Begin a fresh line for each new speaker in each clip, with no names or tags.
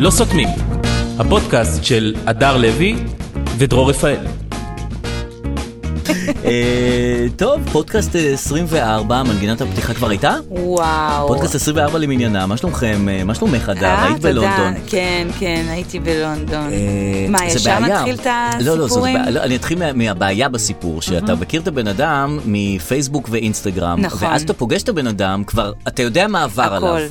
לא סותמים, הפודקאסט של הדר לוי ודרור רפאל.
אה, טוב, פודקאסט אה, 24, מנגינת הפתיחה כבר הייתה?
וואו.
פודקאסט 24 למניינה, מה שלומכם? אה, מה שלומך הדר?
אה,
היית
תודה.
בלונדון.
כן, כן, הייתי בלונדון.
אה,
מה,
זה
ישר
בעיה.
נתחיל את
לא, לא, זאת
הסיפורים?
בעיה. לא, אני אתחיל מה- מהבעיה בסיפור, שאתה מכיר את הבן אדם מפייסבוק ואינסטגרם,
נכון.
ואז אתה פוגש את הבן אדם, כבר אתה יודע מה עבר
הכל.
עליו.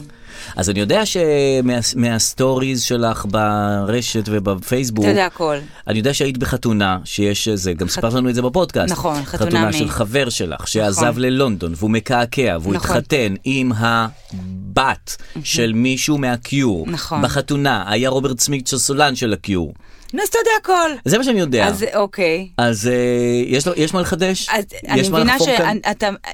אז אני יודע שמהסטוריז שלך ברשת ובפייסבוק,
אתה יודע הכל.
אני יודע שהיית בחתונה, שיש זה, גם סיפרת לנו את זה בפודקאסט.
נכון, חתונה
חתונה
מ-
של חבר שלך, שעזב
נכון.
ללונדון, והוא מקעקע, והוא
נכון.
התחתן עם הבת של מישהו מהקיור.
נכון.
בחתונה, היה רוברט סמית של סולן של הקיור.
נו, אז אתה יודע הכל.
זה מה שאני יודע.
אז אוקיי.
אז אה, יש לו- יש מה לחדש?
אז
יש
אני
מה
מבינה
לחפור כאן?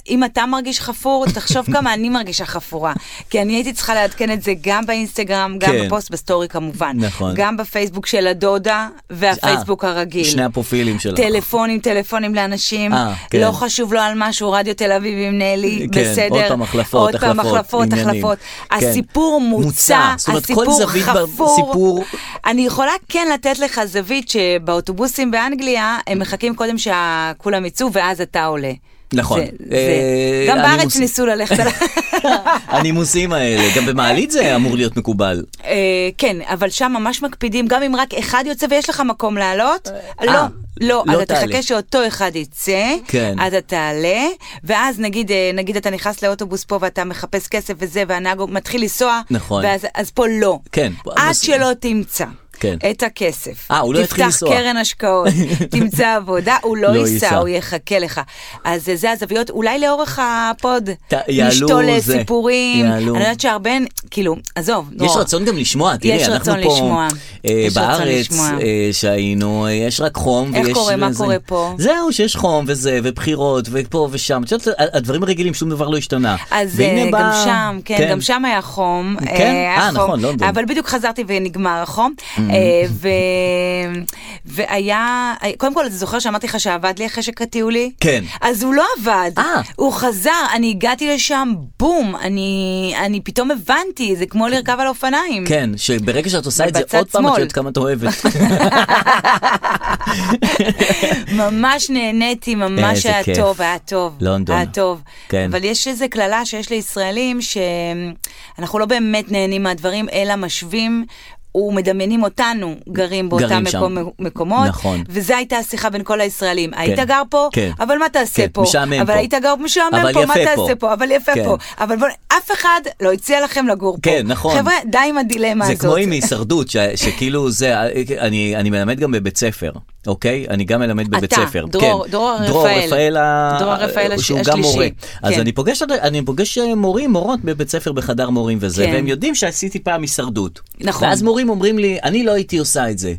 שאם אתה מרגיש חפור, תחשוב כמה אני מרגישה חפורה. כי אני הייתי צריכה לעדכן את זה גם באינסטגרם, גם
כן.
בפוסט בסטורי כמובן.
נכון.
גם בפייסבוק של הדודה, והפייסבוק
אה,
הרגיל.
שני הפרופילים שלך.
טלפונים, טלפונים לאנשים,
אה, כן.
לא חשוב לו על משהו, רדיו תל אביב עם נלי,
כן,
בסדר.
עוד פעם החלפות,
עוד פעם
החלפות,
החלפות,
עניינים.
החלפות.
כן.
הסיפור מוצע,
מוצע, זאת אומרת, כל
הסיפור
זווית ב-
חפור.
סיפור-
אני יכולה כן לתת לך זווית שבאוטובוסים באנגליה, הם מחכים קודם שכולם יצאו ואז אתה עולה.
נכון.
זה- זה-
אה,
גם
אני
בארץ
מוס-
ניסו ללכת על...
הנימוסים האלה, גם במעלית זה אמור להיות מקובל.
אה, כן, אבל שם ממש מקפידים, גם אם רק אחד יוצא ויש לך מקום לעלות, לא, לא,
לא
אז אתה
תעלה.
תחכה שאותו אחד יצא,
כן.
אז אתה תעלה, ואז נגיד, אה, נגיד אתה נכנס לאוטובוס פה ואתה מחפש כסף וזה, והנהג מתחיל לנסוע,
נכון.
ואז, אז פה לא.
כן, פה-
עד
מס-
שלא תמצא.
כן.
את הכסף.
אה, הוא לא יתחיל לנסוע.
תפתח קרן השקעות, תמצא עבודה, הוא לא
לא
ייסע,
ייסע.
הוא יחכה לך. אז אה, זה הזוויות, אולי לאורך הפוד,
ת- יעלו
נשתול אה,
זה.
סיפורים, אני
יעלו.
יודעת שהרבה, כאילו, עזוב,
יש
נורא.
רצון גם לשמוע, תראי,
יש
אנחנו
רצון
פה
לשמוע.
אה,
יש רצון
בארץ
לשמוע.
אה, שהיינו, אה, יש רק חום.
איך
ויש
קורה? מה
זה-
קורה פה?
זהו, שיש חום וזה, ובחירות, ופה ושם. את יודעת, ה- הדברים הרגילים, שום דבר לא השתנה.
אז
והנה
אה,
בא-
גם שם, כן, גם שם היה חום.
כן?
היה
אה,
חום,
נכון, לונדון. Mm-hmm.
אבל בדיוק חזרתי ונגמר החום. אה, ו- והיה, קודם כל, אתה זוכר שאמרתי לך שעבד לי החשק הטיולי?
כן.
אז הוא לא עבד.
אה.
הוא חזר, אני הגעתי לשם, בום, אני אני פתאום הבנתי, זה כמו לרכב על אופניים.
כן, שברגע שאת עושה את זה
ובצד
עוד פעם, את
שמאל.
יודעת כמה את אוהבת.
ממש נהניתי, ממש
איזה
היה
כיף.
טוב, היה טוב.
לונדון.
היה טוב.
כן.
אבל יש איזו קללה שיש לישראלים, שאנחנו לא באמת נהנים מהדברים, אלא משווים. ומדמיינים אותנו גרים באותם
גרים שם.
מקום, מקומות,
נכון.
וזו הייתה השיחה בין כל הישראלים. כן, היית
כן,
גר פה,
כן.
אבל מה תעשה
כן,
פה?
משעמם
אבל
פה.
היית גר משעמם
אבל
פה, מה
יפה פה.
תעשה פה? אבל יפה
כן.
פה. אבל בוא, אף אחד לא הציע לכם לגור פה.
כן, נכון.
חבר'ה, די עם הדילמה
זה
הזאת.
כמו עם הישרדות, ש- שכאילו זה, אני, אני מלמד גם בבית ספר, אוקיי? אני גם מלמד בבית
אתה,
ספר. כן.
דרור- דרור
דרור
רפאל.
רפאל, ה-
דרור רפאל הש-
שהוא גם
השלישי.
מורה. אז
כן.
אני פוגש, אני פוגש אה, מורים, מורות בבית ספר בחדר מורים וזה,
כן.
והם יודעים שעשיתי פעם הישרדות.
נכון.
ואז מורים אומרים לי, אני לא הייתי עושה את זה.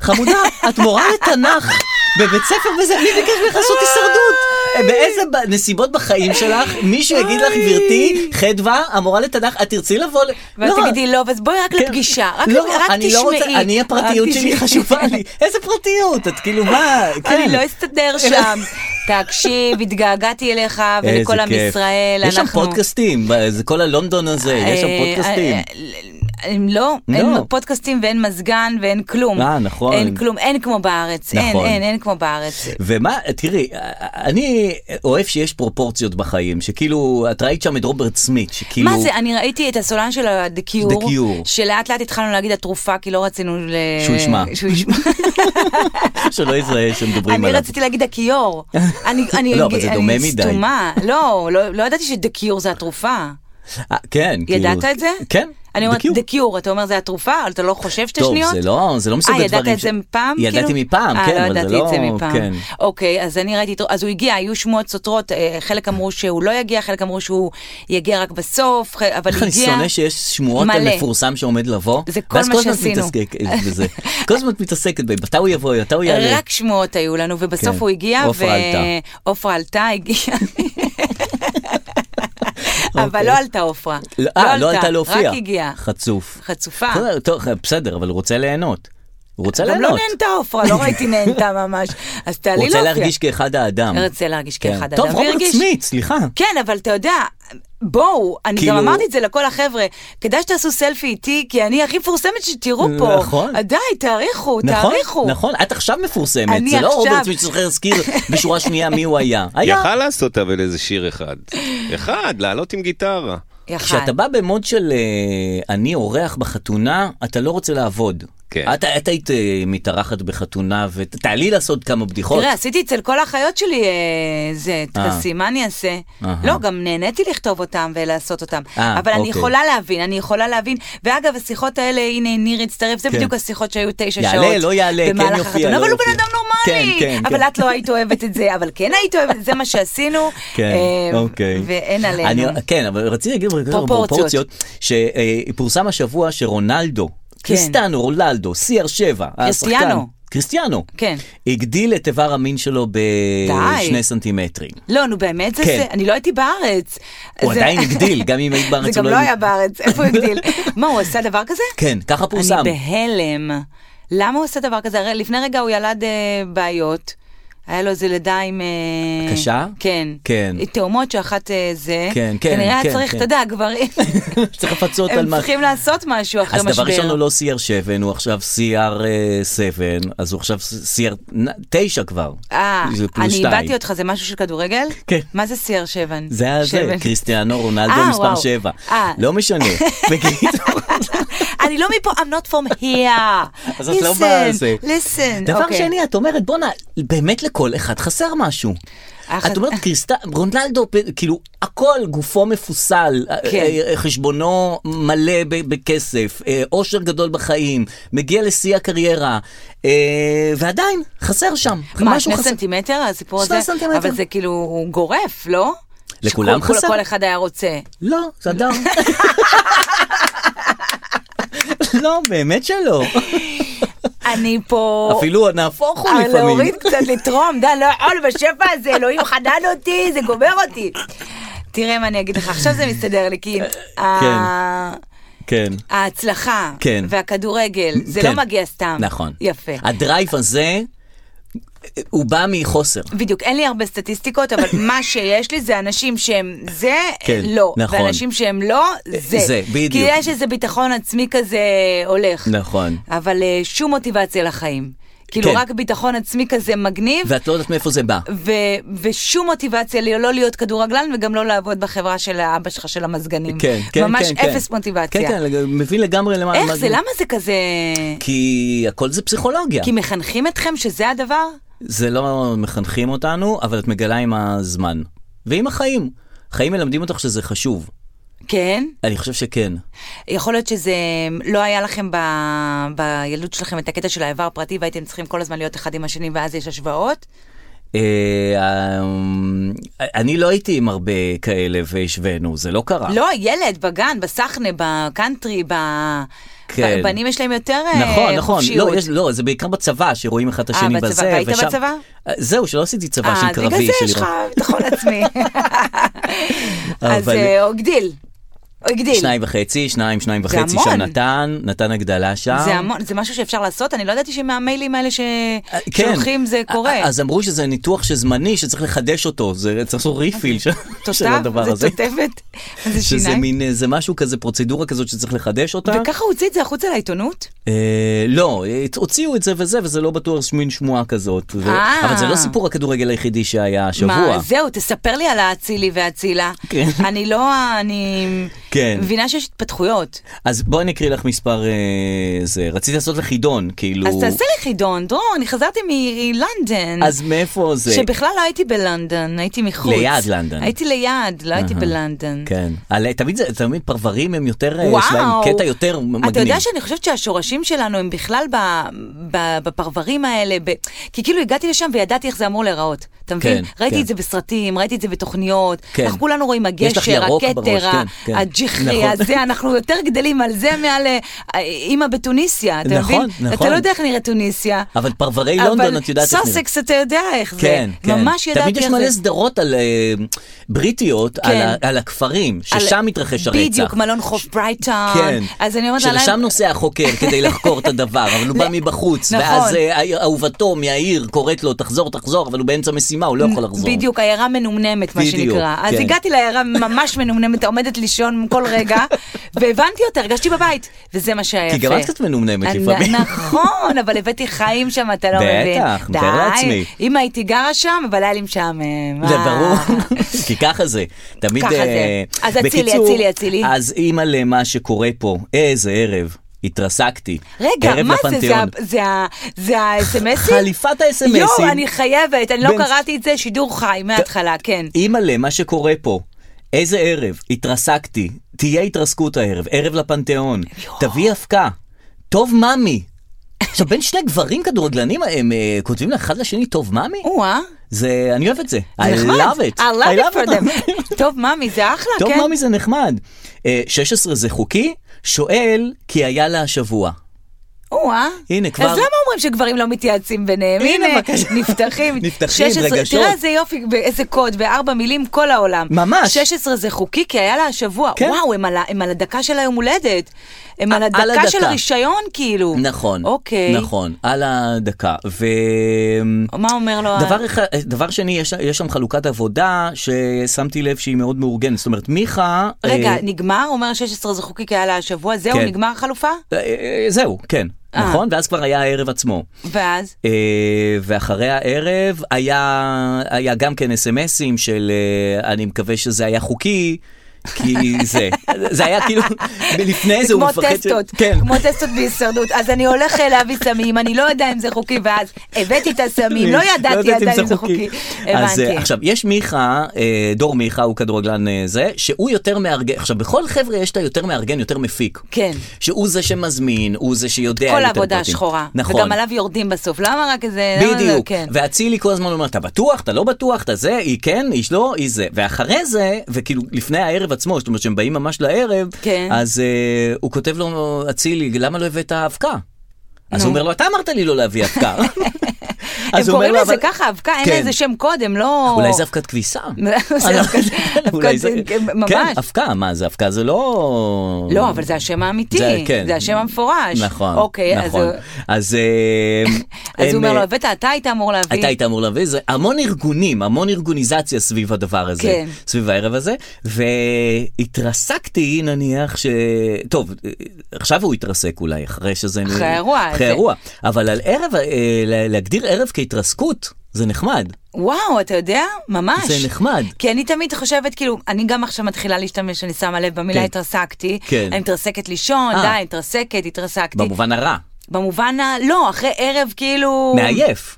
חמודה, את מורה לתנ"ך בבית ספר וזה, מי ביקש ממך לעשות הישרדות? באיזה ב- נסיבות בחיים שלך, מישהו יגיד לך,
אוי.
גברתי, חדווה, המורה לתנ"ך, את תרצי לבוא? ל-"
ואז
לא,
תגידי לא, אז בואי רק
כן.
לפגישה, רק,
לא,
רק
אני
תשמעי.
לא רוצה- אני
רק
הפרטיות שלי
תשמעי.
חשובה לי. איזה פרטיות? את כאילו מה? כן.
אני לא אסתדר שם. תקשיב, התגעגעתי אליך
איזה
ולכל עם
כיף.
ישראל.
יש שם
אנחנו-
פודקאסטים, ב- זה כל הלונדון הזה, יש שם
אה,
פודקאסטים.
אה, אה, הם לא, אין
לא.
פודקאסטים ואין מזגן ואין כלום.
אה, נכון.
אין כלום, אין כמו בארץ. אין,
נכון.
אין, אין כמו בארץ.
ומה, תראי, אני אוהב שיש פרופורציות בחיים, שכאילו, את ראית שם את רוברט סמית, שכאילו...
מה זה, אני ראיתי את הסולן של ה-The Cure,
כאילו- The Cure.
שלאט לאט התחלנו להגיד התרופה, כי לא רצינו ל...
שהוא ישמע.
שהוא ישמע.
שלא יזרעה שמדברים
אני
עליו.
רציתי להגיד הכיור. אני- אני-
לא, אבל זה
אני
דומה מדי.
סתומה. לא, לא לא ידעתי שדקיור זה התרופה.
אה, כן, כאילו...
ידעת את זה?
כן.
אני אומרת,
בקיור.
The Cure, אתה אומר זה התרופה, אבל אתה לא חושב שתי
טוב,
שניות?
זה לא, זה לא מסוג הדברים...
אה, ידעת את
ש-
זה מפעם?
ידעתי
כאילו?
מפעם,
אה,
כן,
לא
אבל זה לא...
ידעתי את זה מפעם.
כן.
אוקיי, אז אני ראיתי, את- אז הוא הגיע, היו שמועות סותרות, אה, חלק אמרו שהוא לא יגיע, חלק אמרו שהוא יגיע רק בסוף, ח- אבל
איך אני
הגיע.
שונא שיש שמועות על
מלא.
מפורסם שעומד לבוא,
זה כל
ואז
מה
כל הזמן את
שעשינו.
מתעסקת בזה. כל הזמן את מתעסקת ב... מתי הוא יבוא, מתי הוא יעלה.
רק שמועות היו לנו, ובסוף
כן.
הוא הגיע,
עופרה עלתה.
עופרה עלתה, הגיעה. אבל לא עלתה עופרה.
אוקיי. לא, אה, לא עלתה להופיע.
רק הגיעה.
חצוף.
חצופה.
בסדר, טוב, בסדר, אבל הוא רוצה ליהנות. הוא רוצה
גם לא
ליהנות.
נהנתה עופרה, לא ראיתי נהנתה ממש. אז תעלי לא,
הוא
לו.
רוצה להרגיש כאחד האדם.
רוצה להרגיש
כן.
כאחד
טוב,
אדם,
חומר
והרגיש-
עצמי, סליחה.
כן, אבל אתה יודע, בואו, אני
כאילו-
גם אמרתי את זה לכל החבר'ה, כדאי שתעשו סלפי איתי, כי אני הכי מפורסמת שתראו פה.
נכון.
די, תעריכו,
נכון,
תעריכו.
נכון, את עכשיו מפורסמת,
אני
זה לא
עכשיו.
רוברט סמית שצריך להזכיר בשורה שנייה מי הוא היה. היה.
יכל לעשות אבל איזה שיר אחד. אחד, לעלות עם גיטרה.
כן,
יחד.
כשאתה בא במוד של אה, אני אורח בחתונה, אתה לא רוצה לעבוד.
כן.
את, את היית אה, מתארחת בחתונה, ותעלי לעשות כמה בדיחות.
תראה, עשיתי אצל כל האחיות שלי אה, זה
אה.
טקסים, מה אני אעשה?
אהה.
לא, גם נהניתי לכתוב אותם ולעשות אותם.
אה,
אבל אני
אוקיי.
יכולה להבין, אני יכולה להבין. ואגב, השיחות האלה, הנה ניר הצטרף, זה
כן.
בדיוק השיחות שהיו תשע
יעלה,
שעות.
לא יעלה, כן
במהלך
יופיע,
החתונה,
לא
אבל הוא בן
יופיע.
אדם נורמלי.
כן, כן,
אבל
כן.
את לא היית אוהבת את זה, אבל כן היית אוהבת את זה, מה שעשינו.
כן,
אה,
אוקיי.
ואין עלינו.
אני- כן, אבל רציתי להגיד
פרופורציות.
שפורסם אה, השבוע שרונלדו, קריסטנו רונלדו, CR7, השחקן,
כן. קריסטיאנו.
קריסטיאנו,
כן.
הגדיל את איבר המין שלו בשני
די.
סנטימטרים.
לא, נו באמת, זה
כן.
זה, אני לא הייתי בארץ.
הוא
זה-
עדיין הגדיל, גם אם היית בארץ
זה גם
הוא
לא
לא-
היה בארץ, איפה הוא הגדיל? מה, הוא עשה דבר כזה?
כן, ככה פורסם.
אני בהלם. למה הוא עושה דבר כזה? הרי לפני רגע הוא ילד אה, בעיות. היה לו איזה לידה עם... אה,
קשה?
כן.
כן.
תאומות שאחת אה, זה.
כן, כן,
כנראה
כן,
היה צריך,
כן.
אתה יודע, גברים.
צריך לפצות על
הם
מה...
צריכים לעשות משהו אחרי
אז
משבר.
דבר ראשון הוא לא CR7, הוא עכשיו CR7, אז הוא עכשיו CR9 כבר.
אה,
זה פלוס
אני
שתיים.
איבדתי אותך, זה משהו של כדורגל?
כן.
מה זה סייר שבן?
זה כן. היה זה,
שבן.
קריסטיאנו רונלדו
אה,
מספר
וואו.
7.
אה.
לא משנה. בקיצור,
אני לא מפה, I'm not from here.
אז את לא באה זה.
Listen, listen.
דבר
אוקיי.
שני, את אומרת, בואנה, באמת לכל אחד חסר משהו.
אח-
את אומרת, קריסטה, רונלדו, פ- כאילו, הכל, גופו מפוסל,
כן.
אה, אה, חשבונו מלא ב- בכסף, אה, אושר גדול בחיים, מגיע לשיא הקריירה, אה, ועדיין, חסר שם.
מה,
משהו
שני
חסר.
סנטימטר הסיפור
שני
הזה?
סנטימטר.
אבל זה כאילו הוא גורף, לא?
לכולם
שכל-
חסר.
כל אחד היה רוצה.
לא, זה אדם. לא, באמת שלא.
אני פה...
אפילו נהפוך הוא
אה,
לפעמים.
להוריד קצת, לתרום, די, לא יכול בשפע הזה, אלוהים חנן אותי, זה גומר אותי. תראה מה אני אגיד לך, עכשיו זה מסתדר לי, כי... ה-
כן.
ההצלחה,
כן.
והכדורגל, זה
כן.
לא מגיע סתם.
נכון.
יפה.
הדרייב הזה, הוא בא מחוסר.
בדיוק, אין לי הרבה סטטיסטיקות, אבל מה שיש לי זה אנשים שהם זה,
כן,
לא.
נכון. אה,
ואנשים שהם לא, זה.
זה, בדיוק.
כי יש איזה ביטחון עצמי כזה הולך.
נכון.
אבל אה, שום מוטיבציה לחיים. כאילו,
כן.
רק ביטחון עצמי כזה מגניב.
ואת לא יודעת מאיפה זה בא.
ו- ושום מוטיבציה לי- לא להיות כדורגלן וגם לא לעבוד בחברה של האבא שלך של המזגנים.
כן, כן,
ממש
כן.
ממש אפס
כן.
מוטיבציה.
כן, כן, לג- מבין לגמרי למה...
איך
מה
זה? למה זה כזה...
כי הכל זה פסיכולוגיה.
כי מחנכים אתכם שזה הדבר?
זה לא מחנכים אותנו, אבל את מגלה עם הזמן. ועם החיים. חיים מלמדים אותך שזה חשוב.
כן.
אני חושב שכן.
יכול להיות שזה לא היה לכם ב... בילדות שלכם את הקטע של האיבר הפרטי והייתם צריכים כל הזמן להיות אחד עם השני ואז יש השוואות?
אה, אני לא הייתי עם הרבה כאלה והשווינו, זה לא קרה.
לא, ילד, בגן, בסחנה, בקאנטרי, ב...
כן.
בנים יש להם יותר אה,
נכון, נכון.
חופשיות.
לא, יש, לא, זה בעיקר בצבא, שרואים אחד את
אה,
השני
בצבא.
בזה.
היית בצבא?
אה, זהו, שלא עשיתי צבא
אה,
של
אז
קרבי.
בגלל זה
של
יש לך
לראות.
ביטחון עצמי. אז
אבל-
אה, הוא הגדיל. הוא הגדיל.
שניים וחצי, שניים, שניים וחצי
המון.
של נתן, נתן הגדלה שם.
זה המון, זה משהו שאפשר לעשות? אני לא ידעתי שמהמיילים האלה ש-
אה,
שהולכים זה קורה.
אה, אז אמרו שזה ניתוח שזמני, שצריך לחדש אותו, זה צריך לעשות ריפיל של של
תותב?
הדבר הזה.
אוקיי. זה תותבת?
שזה
זה שיניים?
מין, אה, זה משהו כזה, פרוצדורה כזאת שצריך לחדש אותה.
וככה הוא הוציא את זה החוצה לעיתונות?
אה, לא, אה, הוציאו את זה וזה, וזה לא בטוח יש מין שמועה כזאת. ו-
אה.
אבל זה לא סיפור הכדורגל היחידי שהיה השבוע.
מה, זהו, תספר לי על האצילי והאצילה.
כן.
אני לא, אני
כן.
מבינה שיש התפתחויות.
אז בואי אני אקריא לך מספר אה, זה. רציתי לעשות לך חידון, כאילו...
אז תעשה לי חידון, דרור, אני חזרתי מלונדון.
אז מאיפה זה?
שבכלל לא הייתי בלונדון, הייתי מחוץ.
ליד לונדון.
הייתי ליד, לא הייתי בלונדון.
כן. על- תמיד זה, תמיד פרברים הם יותר, אה, יש להם
וואו.
קטע יותר מגניב.
אתה יודע שאני חושבת שהשורשים שלנו הם בכלל ב, ב, בפרברים האלה, ב, כי כאילו הגעתי לשם וידעתי איך זה אמור להיראות. אתה מבין?
כן,
ראיתי
כן.
את זה בסרטים, ראיתי את זה בתוכניות.
כן.
אנחנו כולנו רואים
יש לך
הגשר,
ירוק בראש,
הכתר, ה-
כן, כן.
הג'חרי,
נכון.
הזה, אנחנו יותר גדלים על זה מעל אה, אימא בתוניסיה, אתה
נכון,
מבין?
נכון.
אתה לא יודע איך נראית תוניסיה.
אבל פרברי לונדון, את יודעת איך
איך
נראה.
זה. סוסקס, אתה יודע איך זה.
כן, כן.
ממש ידעתי איך
תמיד
זה.
יש מלא סדרות על אה, בריטיות, על
כן.
ה- על הכפרים,
על-
ששם מתרחש הרצח.
בדיוק, מלון חוף ברייטון.
כן.
אז אני אומרת עליי...
שלשם נוסע החוקר כדי לחקור את הדבר, אבל הוא
ל-
בא מבחוץ,
נכון.
ואז אה, העיר- אהובתו מהעיר קוראת לו, תחזור, תחזור, אבל הוא באמצע משימה, הוא לא יכול לחזור.
בדיוק, עיירה מנומנמת, מה
בדיוק,
שנקרא. אז
כן.
הגעתי לעיירה ממש מנומנמת, עומדת לישון כל רגע, והבנתי אותה, הרגשתי בבית, וזה מה שהיה יפה.
כי גם את קצת מנומנמת
אני-
לפעמים.
נכון, אבל הבאתי חיים שם, אתה לא
בטח,
מבין.
מתאר לעצמי.
אם הייתי גרה שם, אבל היה לי משעמם.
זה
אה.
ברור, כי ככה זה, תמיד...
ככה זה.
אה,
אז אצילי,
בקיצור,
אצילי, אצילי.
אז אימא למה שקורה פה, איזה ערב, התרסקתי.
רגע,
ערב
מה זה? זה ה-
לפנתיאון.
זה ה- זה האס.אם.אסים?
חליפת האס.אם.אסים.
יואו, אני חייבת, אני לא
בין-
קראתי את זה, שידור חי מההתחלה, כן.
אימא'לה, מה שקורה פה, איזה ערב, התרסקתי, תהיה התרסקות הערב, ערב לפנתיאון, תביא אבקה, טוב ממי. עכשיו, בין שני גברים כדורגלנים, הם אה, כותבים אחד לשני טוב ממי?
או-אה,
זה, אני אוהב את זה. I
זה נחמד.
love it.
I love it for them.
it.
טוב, ממי, זה אחלה,
טוב
כן?
ממי זה נחמד. אה, 16 זה חוקי? שואל, כי היה לה השבוע.
או-אה.
הנה, כבר-
אז למה אומרים שגברים לא מתייעצים ביניהם?
הנה,
הנה,
בבקשה.
נפתחים.
נפתחים,
16
רגשות.
תראה איזה יופי, איזה קוד, בארבע מילים, כל העולם.
ממש.
16 זה חוקי, כי היה לה השבוע.
כן. אה,
וואו, הם על ה- הם על הדקה של היום הולדת. הם
על
על הדקה של
הדקה.
הרישיון, כאילו.
נכון.
אוקיי.
נכון, על הדקה. ו...
מה אומר לו? ה-
דבר, אה, אחד, דבר שני, יש, יש שם חלוקת עבודה ששמתי לב שהיא מאוד מאורגנת. זאת אומרת, מיכה...
רגע,
אה,
נגמר? אומר 16 זה חוקי, כי היה לה השבוע. זהו,
כן.
נגמר החלופה?
אה, אה, זהו, כן,
אה.
נכון? ואז כבר היה הערב עצמו.
ואז?
אה, ואחרי הערב היה, היה גם כן אס.אם.אסים של אה, אני מקווה שזה היה חוקי. כי זה, זה היה כאילו, לפני זה הוא
כמו
מפחד, ש-
טסטות,
כן,
כמו טסטות בהישרדות. אז אני הולך אה, להביא סמים, אני לא יודע אם זה חוקי, ואז הבאתי את הסמים, לא ידעתי
יודעת
עדיין אם זה חוקי.
אז אה,
הבנתי.
עכשיו, יש מיכה, אה, דור מיכה, הוא כדורגלן אה, זה, שהוא יותר מארגן, עכשיו, בכל חבר'ה יש את היותר מארגן, יותר מפיק.
כן.
שהוא זה שמזמין, הוא זה שיודע...
כל
יותר
העבודה
פרטים.
השחורה.
נכון.
וגם עליו יורדים בסוף, למה רק איזה... למה זה-
בדיוק,
כן.
ואצילי כל הזמן אומר, אתה בטוח, אתה לא בטוח, אתה זה, היא כן, היא לא, היא זה. ואחרי זה, וכאילו לפני הערב עצמו, זאת אומרת שהם באים ממש לערב,
כן.
אז אה, הוא כותב לו, אצילי, למה לא הבאת אבקה? אז הוא
נו.
אומר לו, אתה אמרת לי לא להביא אבקה.
הם
אז הוא אומר
קוראים
לו,
לזה
"אבל-
ככה, אבקה, אין
כן.
לזה שם קודם, לא...
אולי זה אבקת כביסה.
זה אבקת-
אולי זה-
אבקת- ממש.
כן, אבקה, מה זה אבקה? זה לא...
לא, אבל זה השם האמיתי,
זה- כן.
זה השם המפורש.
נכון,
אוקיי, אז
נכון.
הוא-
אז אה,
אז
הם,
הוא אומר
אה,
לו, הבאת, אתה היית אמור להביא.
אתה היית אמור להביא, זה המון ארגונים, המון ארגוניזציה סביב הדבר הזה,
כן.
סביב הערב הזה, והתרסקתי נניח ש... טוב, אה, עכשיו הוא התרסק אולי, אחרי שזה...
אחרי האירוע,
אחרי
זה-
האירוע, אבל על ערב, אה, לה- להגדיר ערב כהתרסקות, זה נחמד.
וואו, אתה יודע? ממש.
זה נחמד.
כי אני תמיד חושבת, כאילו, אני גם עכשיו מתחילה להשתמש, אני שמה לב במילה
כן.
התרסקתי.
כן.
אני מתרסקת לישון,
אה.
די, מתרסקת, התרסקתי.
במובן הרע,
במובן ה... לא, אחרי ערב, כאילו...
מעייף,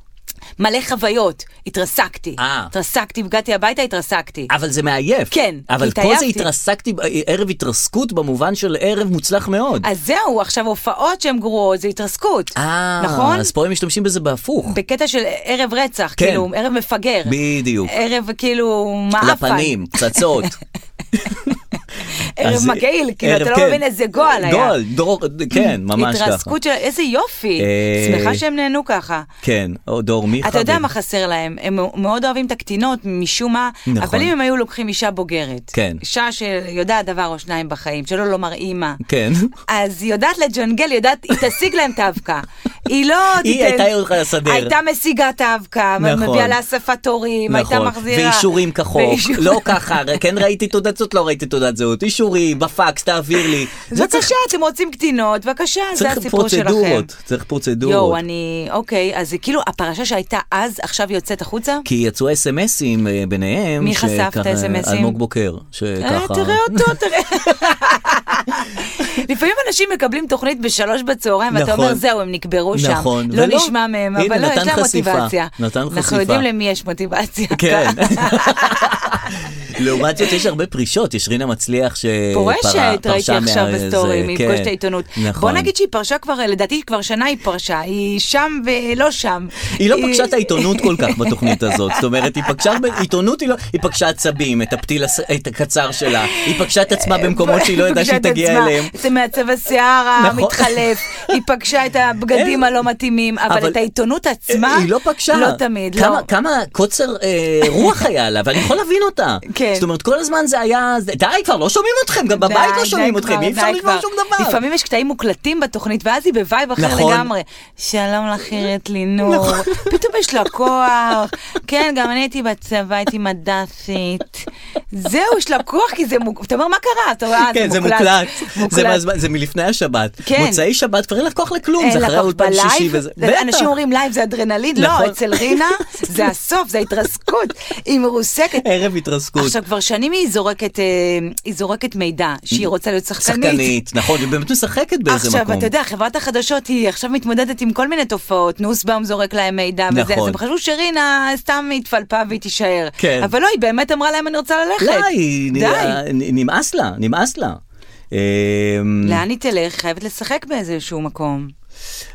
מלא חוויות. התרסקתי.
אה.
התרסקתי, הגעתי הביתה, התרסקתי.
אבל זה מעייף.
כן,
אבל פה זה
התעייפתי.
התרסקתי, אה, ערב התרסקות במובן של ערב מוצלח מאוד.
אז זהו, עכשיו הופעות שהן גרועות זה התרסקות.
אה,
נכון?
אז פה הם משתמשים בזה בהפוך.
בקטע של ערב רצח,
כן.
כאילו, ערב מפגר.
בדיוק.
ערב כאילו מעפן.
לפנים, פצצות.
ערב
אז-
מגעיל, כאילו,
ערב,
אתה לא
כן.
מבין איזה גועל היה.
גועל, דור, כן, ממש ככה.
התרסקות של... איזה יופי.
אה,
שמחה שהם נהנו ככה.
כן, או דור מיכה.
אתה יודע
ו-
מה חסר להם, הם מאוד אוהבים את הקטינות משום מה,
נכון.
אבל אם הם היו לוקחים אישה בוגרת,
כן.
אישה שיודעת דבר או שניים בחיים, שלא לומר אימא,
כן.
אז היא יודעת לג'נגל, היא יודעת, היא תשיג להם את האבקה. היא לא
היא הייתה יכולה לסדר.
הייתה משיגה את האבקה,
נכון.
מביאה לאספת הורים,
נכון,
הייתה מחזירה.
ואישורים כחוק,
ואישור-
לא ככה, כן ראיתי תעודת זאת, לא ראיתי תעודת זהות, אישורים, בפקס, תעביר לי. זה צריך-
בבקשה, אתם רוצים קטינות, בבקשה, זה
צריך
הסיפור שלכם.
פרוצדורות, צריך
יואו,
פרוצדורות.
אני... אוקיי, אז זה כאילו הפרשה שהייתה אז, עכשיו יוצאת החוצה?
כי יצאו אס.אם.אסים אה, ביניהם.
מי חשף את
שככה-
האס.אם.אסים?
אלמוג בוקר,
אה,
שככה...
תראה אותו, תראה. לפעמים אנשים מקבלים תוכנית בשלוש בצהריים, ואתה
נכון.
אומר, זהו, הם נקברו שם.
נכון,
לא
ולא.
נשמע מהם,
הנה,
אבל לא,
נתן
יש להם
חשיפה. כן.
מוטיבציה.
נתן חשיפה.
אנחנו יודעים למי יש מוטיבציה.
כן. לעומת זאת יש הרבה פרישות, יש רינה מצליח שפרשה
פורשת, ראיתי
פרשה
עכשיו
מה-
בסטורי,
זה,
מפגוש
כן.
את העיתונות.
נכון.
בוא נגיד שהיא פרשה כבר, לדעתי כבר שנה היא פרשה, היא שם ולא שם.
היא לא פגשה את העיתונות כל כך בתוכנית הזאת, זאת אומרת, היא פגשה, עיתונות היא לא, היא פגשה עצבים, את הפתיל, הס- את הקצר שלה, היא פגשה את עצמה במקומות שהיא לא ידעה שהיא
אה, פגשה את
תגיע
עצמה,
אליהם.
את מעצב השיער
נכון. אה,
המתחלף, היא פגשה את הבגדים הלא מתאימים, אבל
אבל-
את העיתונות עצמה,
היא לא פגשה.
לא תמיד, לא.
כמה, כמה קוצר אה, רוח היה לה, ואני יכול להבין אותה.
כן.
זאת אומרת, כל הזמן זה היה... זה- די, כבר לא שומעים אתכם, גם בבית
די,
לא
די
שומעים
כבר,
אתכם, אי
די
אפשר לשמוע
כבר.
שום דבר.
לפעמים יש קטעים מוקלטים בתוכנית, ואז היא בווייב אחר
נכון.
לגמרי. שלום לך, עירית לינור, פתאום יש לה כוח. כן, גם אני הייתי בצבא, הייתי מדסית. זהו, יש לה כוח, כי זה מוקלט. אתה אומר, "אה, מה קרה? אתה רואה,
כן, זה מוקלט. זה מהזמן- זה מלפני השבת.
כן.
מוצאי שבת כבר אין לך כוח לכלום,
אין
זה
לה
אחרי
כוח
האולפן
בלייב,
שישי וזה.
זה- אנשים אומרים לייב זה אדרנלין,
נכון.
לא, אצל רינה זה הסוף, זה ההתרסקות, היא מרוסקת.
ערב התרסקות.
עכשיו כבר שנים היא זורקת, אה, היא זורקת מידע, שהיא רוצה להיות שחקנית.
שחקנית, נכון, היא באמת משחקת באיזה מקום.
עכשיו, אתה יודע, חברת החדשות היא עכשיו מתמודדת עם כל מיני תופעות, נוסבאום זורק להם מידע וזה,
נכון.
אז הם חשבו שרינה סתם התפלפה והיא תישאר.
כן.
אבל לא, היא באמת אמרה להם אני רוצה ללכת.
לא, היא...
די.
נמאס לה, נמאס לה. אמ,
לאן היא תלך? חייבת לשחק באיזשהו מקום.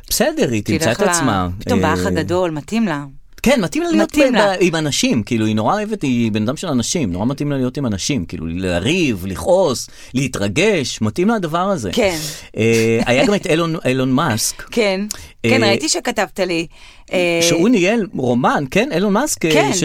בסדר, היא תמצא את
תלך לה-
עצמה.
פתאום
אה,
באח הגדול, מתאים לה.
כן, מתאים לה להיות
מתאים
ב-
לה.
ב- עם אנשים, כאילו, היא נורא אוהבת, היא בן אדם של אנשים, נורא מתאים לה להיות עם אנשים, כאילו, לריב, לכעוס, להתרגש, מתאים לה הדבר הזה.
כן.
אה, היה גם את אילון, אילון מאסק,
כן,
אה,
כן, ראיתי שכתבת לי. אה,
שהוא ניהל רומן, כן, אילון מאסק, אה,
כן.
ש...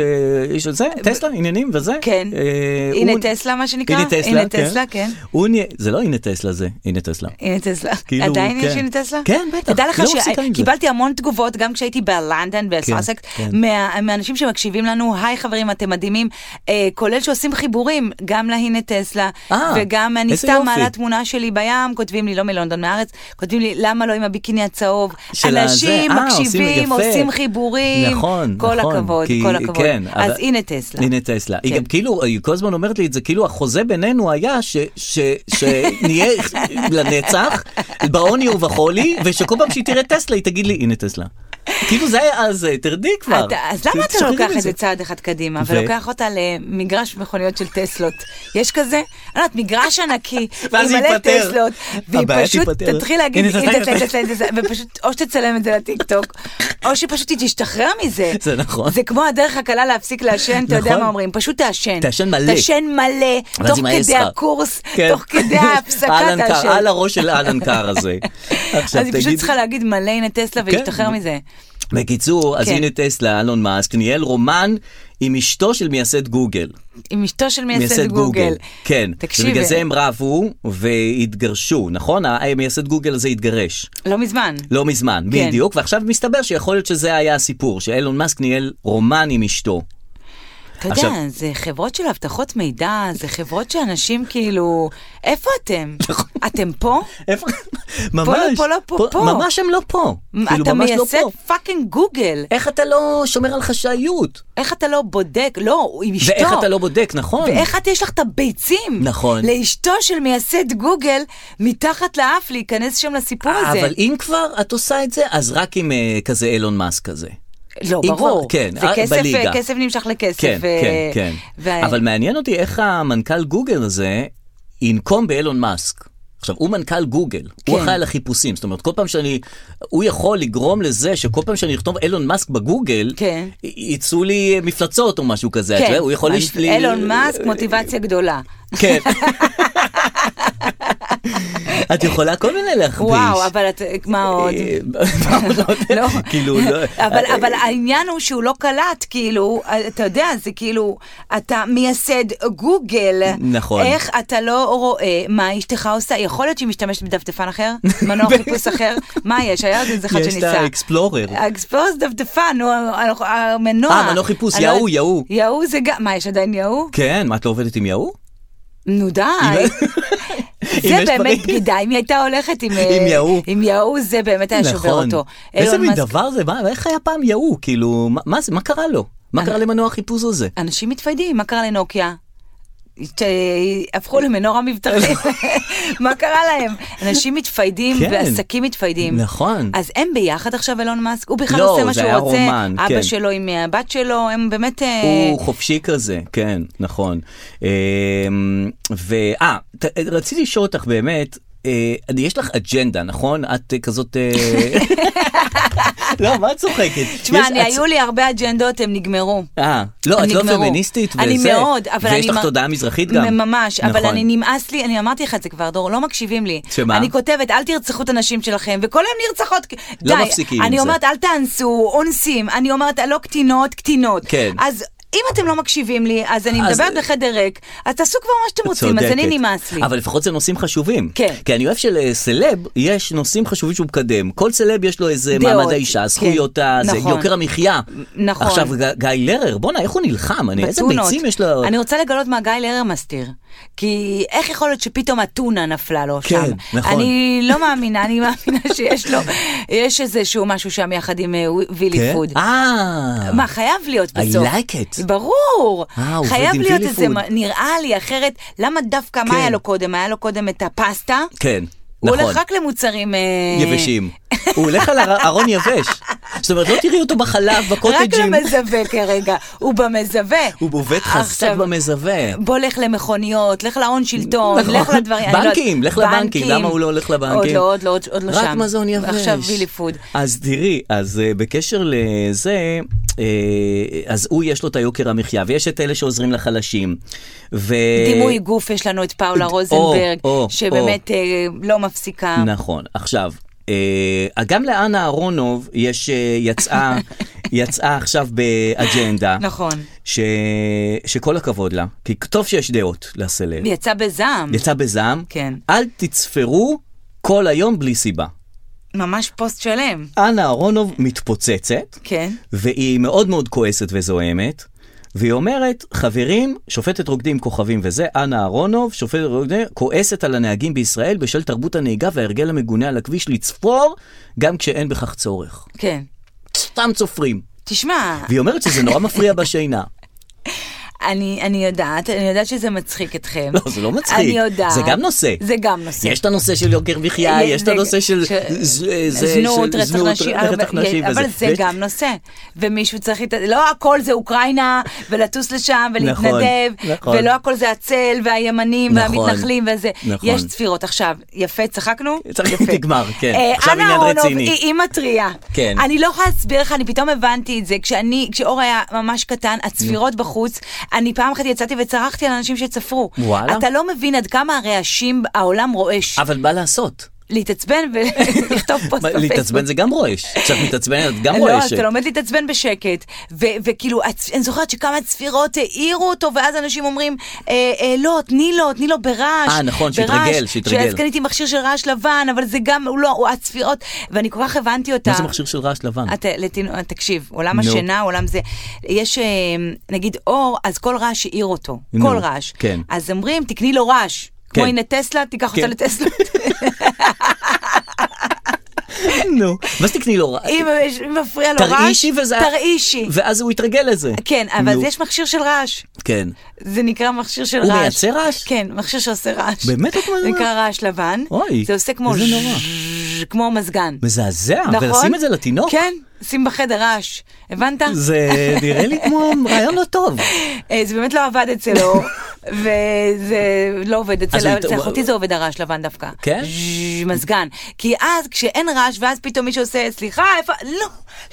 שזה, טסלה, עניינים וזה.
כן.
אה,
הנה
הוא-
טסלה, מה שנקרא?
הנה טסלה,
הנה טסלה, כן.
הוא ניהל- זה לא הנה טסלה זה, הנה טסלה.
הנה טסלה.
כאילו,
עדיין יש
כן.
הנה טסלה?
כן, בטח.
תדע לך
לא מפסיקה עם זה.
שקיבלתי המון תגובות, גם כשהייתי בלונדון, בסאסק,
כן.
מה- מהאנשים שמקשיבים לנו, היי חברים, אתם מדהימים, אה, כולל שעושים חיבורים, גם להנה טסלה,
אה,
וגם אני
איזה
סתם
יופי.
מעלה תמונה שלי בים, כותבים לי, לא מלונדון, מהארץ, כותבים לי, למה לא עם הביקיני הצהוב?
של הזה,
אנשים
אה, עושים-
מקשיבים,
יפה.
עושים חיבורים.
נכון,
כל
נכון,
הכבוד,
כי-
כל הכבוד.
כן,
אז
אבל-
הנה טסלה.
הנה טסלה. היא
כן.
גם כאילו, היא כל הזמן אומרת לי את זה, כאילו החוזה בינינו היה ש- ש- שנהיה לנצח, בעוני ובחולי, ושכל פעם שהיא תראה טסלה, היא תגיד לי, הנה טסלה. כאילו זה היה אז, אה, תרדי כבר.
אתה- אז למה אתה
תשחררי
לוקח את
מזה.
זה צעד אחד קדימה,
ו-
ולוקח אותה למגרש מכוניות של טסלות? יש כזה? אני לא יודעת, מגרש ענקי, עם
ואז היא
מלא
תיפטר.
טסלות, והיא
הבעיה
פשוט
תיפטר.
תתחיל להגיד,
הנה,
"הנה,
תסתכל."
תסתכל, תסתכל, תסתכל", ופשוט או שתצלם את זה לטיקטוק, או שפשוט היא תשתחרר מזה.
זה נכון.
זה כמו הדרך הקלה להפסיק לעשן, אתה יודע
נכון.
מה אומרים, פשוט תעשן.
תעשן מלא.
תעשן מלא,
ואז
תוך
היא מעז
כדי
לך.
הקורס,
כן.
תוך כדי ההפסקה
אהלן קר,
תעשן.
על הראש של אהלן קר הזה. עכשיו
אז היא פשוט
תגיד-
צריכה להגיד מלא הנה טסלה ולהשתחרר
כן.
מזה.
בקיצור, אז
כן.
הנה טסלה, אלון מאסק, ניהל רומן עם אשתו של מייסד גוגל.
עם אשתו של מייסד גוגל.
כן.
תקשיבי.
ובגלל זה הם רבו והתגרשו, נכון? המייסד גוגל הזה התגרש.
לא מזמן.
לא מזמן,
כן.
בדיוק, ועכשיו מסתבר שיכול להיות שזה היה הסיפור, שאילון מאסק ניהל רומן עם אשתו.
אתה יודע,
עכשיו-
זה חברות של אבטחות מידע, זה חברות שאנשים כאילו... איפה אתם?
נכון.
אתם פה?
איפה? ממש.
פה לא, פה, פה.
ממש הם לא פה. כאילו,
אתה
ממש לא
מייסד
פה.
פאקינג גוגל.
איך אתה לא שומר על חשאיות?
איך אתה לא בודק? לא, הוא עם אשתו.
ואיך אתה לא בודק, נכון?
ואיך את יש לך את הביצים?
נכון.
לאשתו של מייסד גוגל, מתחת לאף להיכנס שם לסיפור הזה.
אה, אבל אם כבר את עושה את זה, אז רק עם אה, כזה אילון מאסק כזה.
לא,
אם כבר,
ברור.
כן,
זה
אה,
כסף, אה,
בליגה.
כסף נמשך לכסף.
כן,
אה,
כן, כן.
וה-
אבל מעניין אותי איך המנכ"ל גוגל הזה ינקום באילון מאסק. עכשיו, הוא מנכ"ל גוגל, הוא
כן.
אחראי על החיפושים, זאת אומרת, כל פעם שאני, הוא יכול לגרום לזה שכל פעם שאני אכתוב אילון מאסק בגוגל,
כן.
י- יצאו לי אה, מפלצות או משהו כזה, אתה
כן,
יודע, הוא יכול... לש- ל-
אילון מאסק, מוטיבציה גדולה.
כן. את יכולה כל מיני להכפיש.
וואו, אבל את, מה עוד?
אה, מה עוד לא יודע?
לא.
כאילו, לא-
אבל, אבל העניין הוא שהוא לא קלט, כאילו, אתה יודע, זה כאילו, אתה מייסד גוגל,
נכון.
איך אתה לא רואה מה אשתך עושה, יכול להיות שהיא משתמשת בדפדפן אחר, מנוע חיפוש אחר, מה יש, היה עוד איזה אחד
יש את
שניסה. אה,
האקספלורר.
האקספלורס דפדפן, הוא המנוע.
אה, מנוע חיפוש,
אני לא-
יאו, יאו.
יאו זה גם, מה, יש עדיין יאו?
כן, מה, את לא עובדת עם יאו?
נו די.
אם
זה
יש
באמת
דברים-
בגידה, אם היא הייתה הולכת עם... אה,
עם יאו.
עם יאו זה באמת היה שובר אותו.
נכון. איזה
אילון
מין
מאסק-
דבר זה, מה- איך היה פעם יהוא?
אה.
כאילו, מה- מה זה- מה קרה לו? מה קרה למנוע החיפוש הזה?
אנשים מתפיידים, מה קרה לנוקיה? שהפכו למנורה מבטחים. מה קרה להם? אנשים מתפיידים
כן.
ועסקים מתפיידים.
נכון.
אז הם ביחד עכשיו, אילון מאסק? הוא בכלל
לא,
עושה מה
זה
שהוא
היה
רוצה.
רומן,
אבא
כן.
שלו עם אה, הבת שלו, הם באמת... אה,
הוא חופשי כזה, כן, נכון. אמ, ו... אה, ת- רציתי לשאול אותך באמת, אה, יש לך אג'נדה, נכון? את אה, כזאת... אה, לא, מה את צוחקת?
תשמע,
יש-
אני-
את-
היו לי הרבה אג'נדות, הם נגמרו.
אה, לא,
הם
את לא
נגמרו.
פמיניסטית וזה.
אני מאוד, אבל אני...
ויש לך
מ-
תודעה מזרחית גם.
ממש, אבל
נכון.
אני נמאס לי, אני אמרתי לך את זה כבר, דור, לא מקשיבים לי.
שמה?
אני כותבת, אל תרצחו את הנשים שלכם, וכל היום נרצחות.
לא
די.
מפסיקים עם
אני
זה.
אומרת, אל תאנסו, אונסים. אני אומרת, לא קטינות, קטינות.
כן.
אז... אם אתם לא מקשיבים לי, אז אני
אז-
מדברת בחדר ריק, אז תעשו כבר מה שאתם
את
רוצים, אז אני
צודקת.
נמאס לי.
אבל לפחות זה נושאים חשובים.
כן.
כי אני אוהב שלסלב יש נושאים חשובים שהוא מקדם. כל סלב יש לו איזה
דעות,
מעמד האישה,
כן.
זכויות ה... זה,
נכון.
יוקר המחיה.
נכון.
עכשיו, ג- גיא לרר, בואנה, איך הוא נלחם? אני, איזה
בטונות.
ביצים יש לו?
אני רוצה לגלות מה גיא לרר מסתיר. כי איך יכול להיות שפתאום אתונה נפלה לו שם?
נכון.
אני לא מאמינה, אני מאמינה שיש לו, יש איזשהו משהו שם יחד עם אה, וילי
כן?
פוד.
אה,
מה, חייב להיות
I
בסוף.
like it.
ברור.
אה, הוא עובד
חייב
עם
להיות
וילי
איזה,
פוד.
מ- נראה לי, אחרת, למה דווקא, מה
כן.
היה לו קודם? היה לו קודם את הפסטה?
כן,
הוא
נכון.
הולך רק למוצרים... אה,
יבשים. הוא הולך על הר- ארון יבש. זאת אומרת, לא תראי אותו בחלב,
רק
בקוטג'ים.
למזווה כרגע, הוא במזווה.
הוא עובד חסק
עכשיו,
במזווה.
בוא לך למכוניות, לך להון שלטון,
נכון.
לך לדברים. אני לא יודעת.
בנקים, לך לבנקים, למה הוא לא הולך לבנקים?
עוד לא, עוד לא, עוד- עוד לא שם.
רק מזון יבש. אה,
עכשיו וילי פוד.
אז תראי, אז אה, בקשר לזה, אה, אז הוא יש לו את היוקר המחיה, ויש את אלה שעוזרים לחלשים. ו...
דימוי גוף, יש לנו את פאולה
או,
רוזנברג,
או,
שבאמת אה, לא מפסיקה.
נכון. עכשיו, אה, גם לאנה אהרונוב יש, אה, יצאה, יצאה עכשיו באג'נדה.
נכון.
ש... שכל הכבוד לה, כי טוב שיש דעות לסלב.
יצא בזעם.
יצא בזעם,
כן.
אל תצפרו כל היום בלי סיבה.
ממש פוסט שלם.
אנה אהרונוב מתפוצצת,
כן.
והיא מאוד מאוד כועסת וזוהמת, והיא אומרת, חברים, שופטת רוקדים כוכבים וזה, אנה אהרונוב, שופטת רוקדים, כועסת על הנהגים בישראל בשל תרבות הנהיגה וההרגל המגונה על הכביש לצפור, גם כשאין בכך צורך.
כן.
סתם צופרים.
תשמע,
והיא אומרת שזה נורא מפריע בשינה.
אני, אני יודעת, אני יודעת שזה מצחיק אתכם.
לא, זה לא מצחיק.
אני יודעת.
זה גם נושא.
זה גם נושא.
יש את הנושא של יוקר מחיה,
יש-
יש את
זה-
הנושא של
אה, ש-
ז- אה, זה-
זנות,
של
רצח
זנות,
נשים,
רצח
הרבה-
נשים
אבל
וזה.
זה
ויש-
גם נושא. ומישהו צריך, לת- לא הכל זה אוקראינה, ולטוס לשם,
נכון,
ולהתנדב,
נכון.
ולא הכל זה הצל, והימנים,
נכון,
והמתנחלים, וזה.
נכון.
יש צפירות. עכשיו, יפה, צחקנו?
צחק-
יפה.
נגמר, כן.
אה,
עכשיו
אנה
עניין
אהרונוב
רציני.
היא אימא טריה.
כן.
אני לא יכולה להסביר לך, אני פתאום הבנתי את זה. כשאני, כשאור היה ממש קטן, הצפירות בחוץ, אני פעם אחת יצאתי וצרחתי על אנשים שצפרו.
וואלה.
אתה לא מבין עד כמה הרעשים, העולם רועש.
אבל מה לעשות?
להתעצבן ולכתוב פוסט
מה,
בפייסבוק.
להתעצבן זה גם רועש. כשאת מתעצבנת את גם
לא, אז
רועשת.
אתה לומד להתעצבן בשקט, ו- וכאילו, הצ- אני זוכרת שכמה צפירות העירו אותו, ואז אנשים אומרים, אה, אה, לא, תני לו, תני לו ברעש.
אה, נכון,
ברעש,
שיתרגל, שיתרגל.
שאז קניתי מכשיר של רעש לבן, אבל זה גם, הוא לא, הוא הצפירות, ואני כל כך הבנתי אותה.
מה זה מכשיר של רעש לבן?
את, לתינ- תקשיב, עולם
נו.
השינה, עולם זה, יש אה, נגיד אור, אז כל רעש העיר אותו,
נו,
כל רעש.
כן.
אז אומרים, תקני לו רעש. כמו
כן.
הנה טסלה, תיקח אותה
כן.
לטסלה.
נו. ואז תקני לו רעש.
אם יש- אם מפריע לו רעש,
תרעישי וזה...
תרעישי.
ואז הוא יתרגל לזה.
כן, אבל
נו,
יש מכשיר של רעש.
כן.
זה נקרא מכשיר של רעש.
הוא מייצר רעש?
כן, מכשיר שעושה רעש.
באמת את
זה
אומרת?
נקרא רעש לבן.
אוי,
זה עושה כמו...
איזה נורא.
ז'ז', כמו מזגן.
מזעזע.
נכון?
ולשים את זה לתינוק?
כן, שים בחדר רעש. הבנת?
זה נראה לי כמו רעיון לא טוב.
אה, זה באמת לא עבד אצלו, וזה לא עובד
אז הוא
אצלו,
ית-
אצל אחותי זה עובד הרעש לבן דווקא.
כן?
ז'ז', מזגן. כי אז כשאין רעש, ואז פתאום מישהו עושה, סליחה, איפה... לא,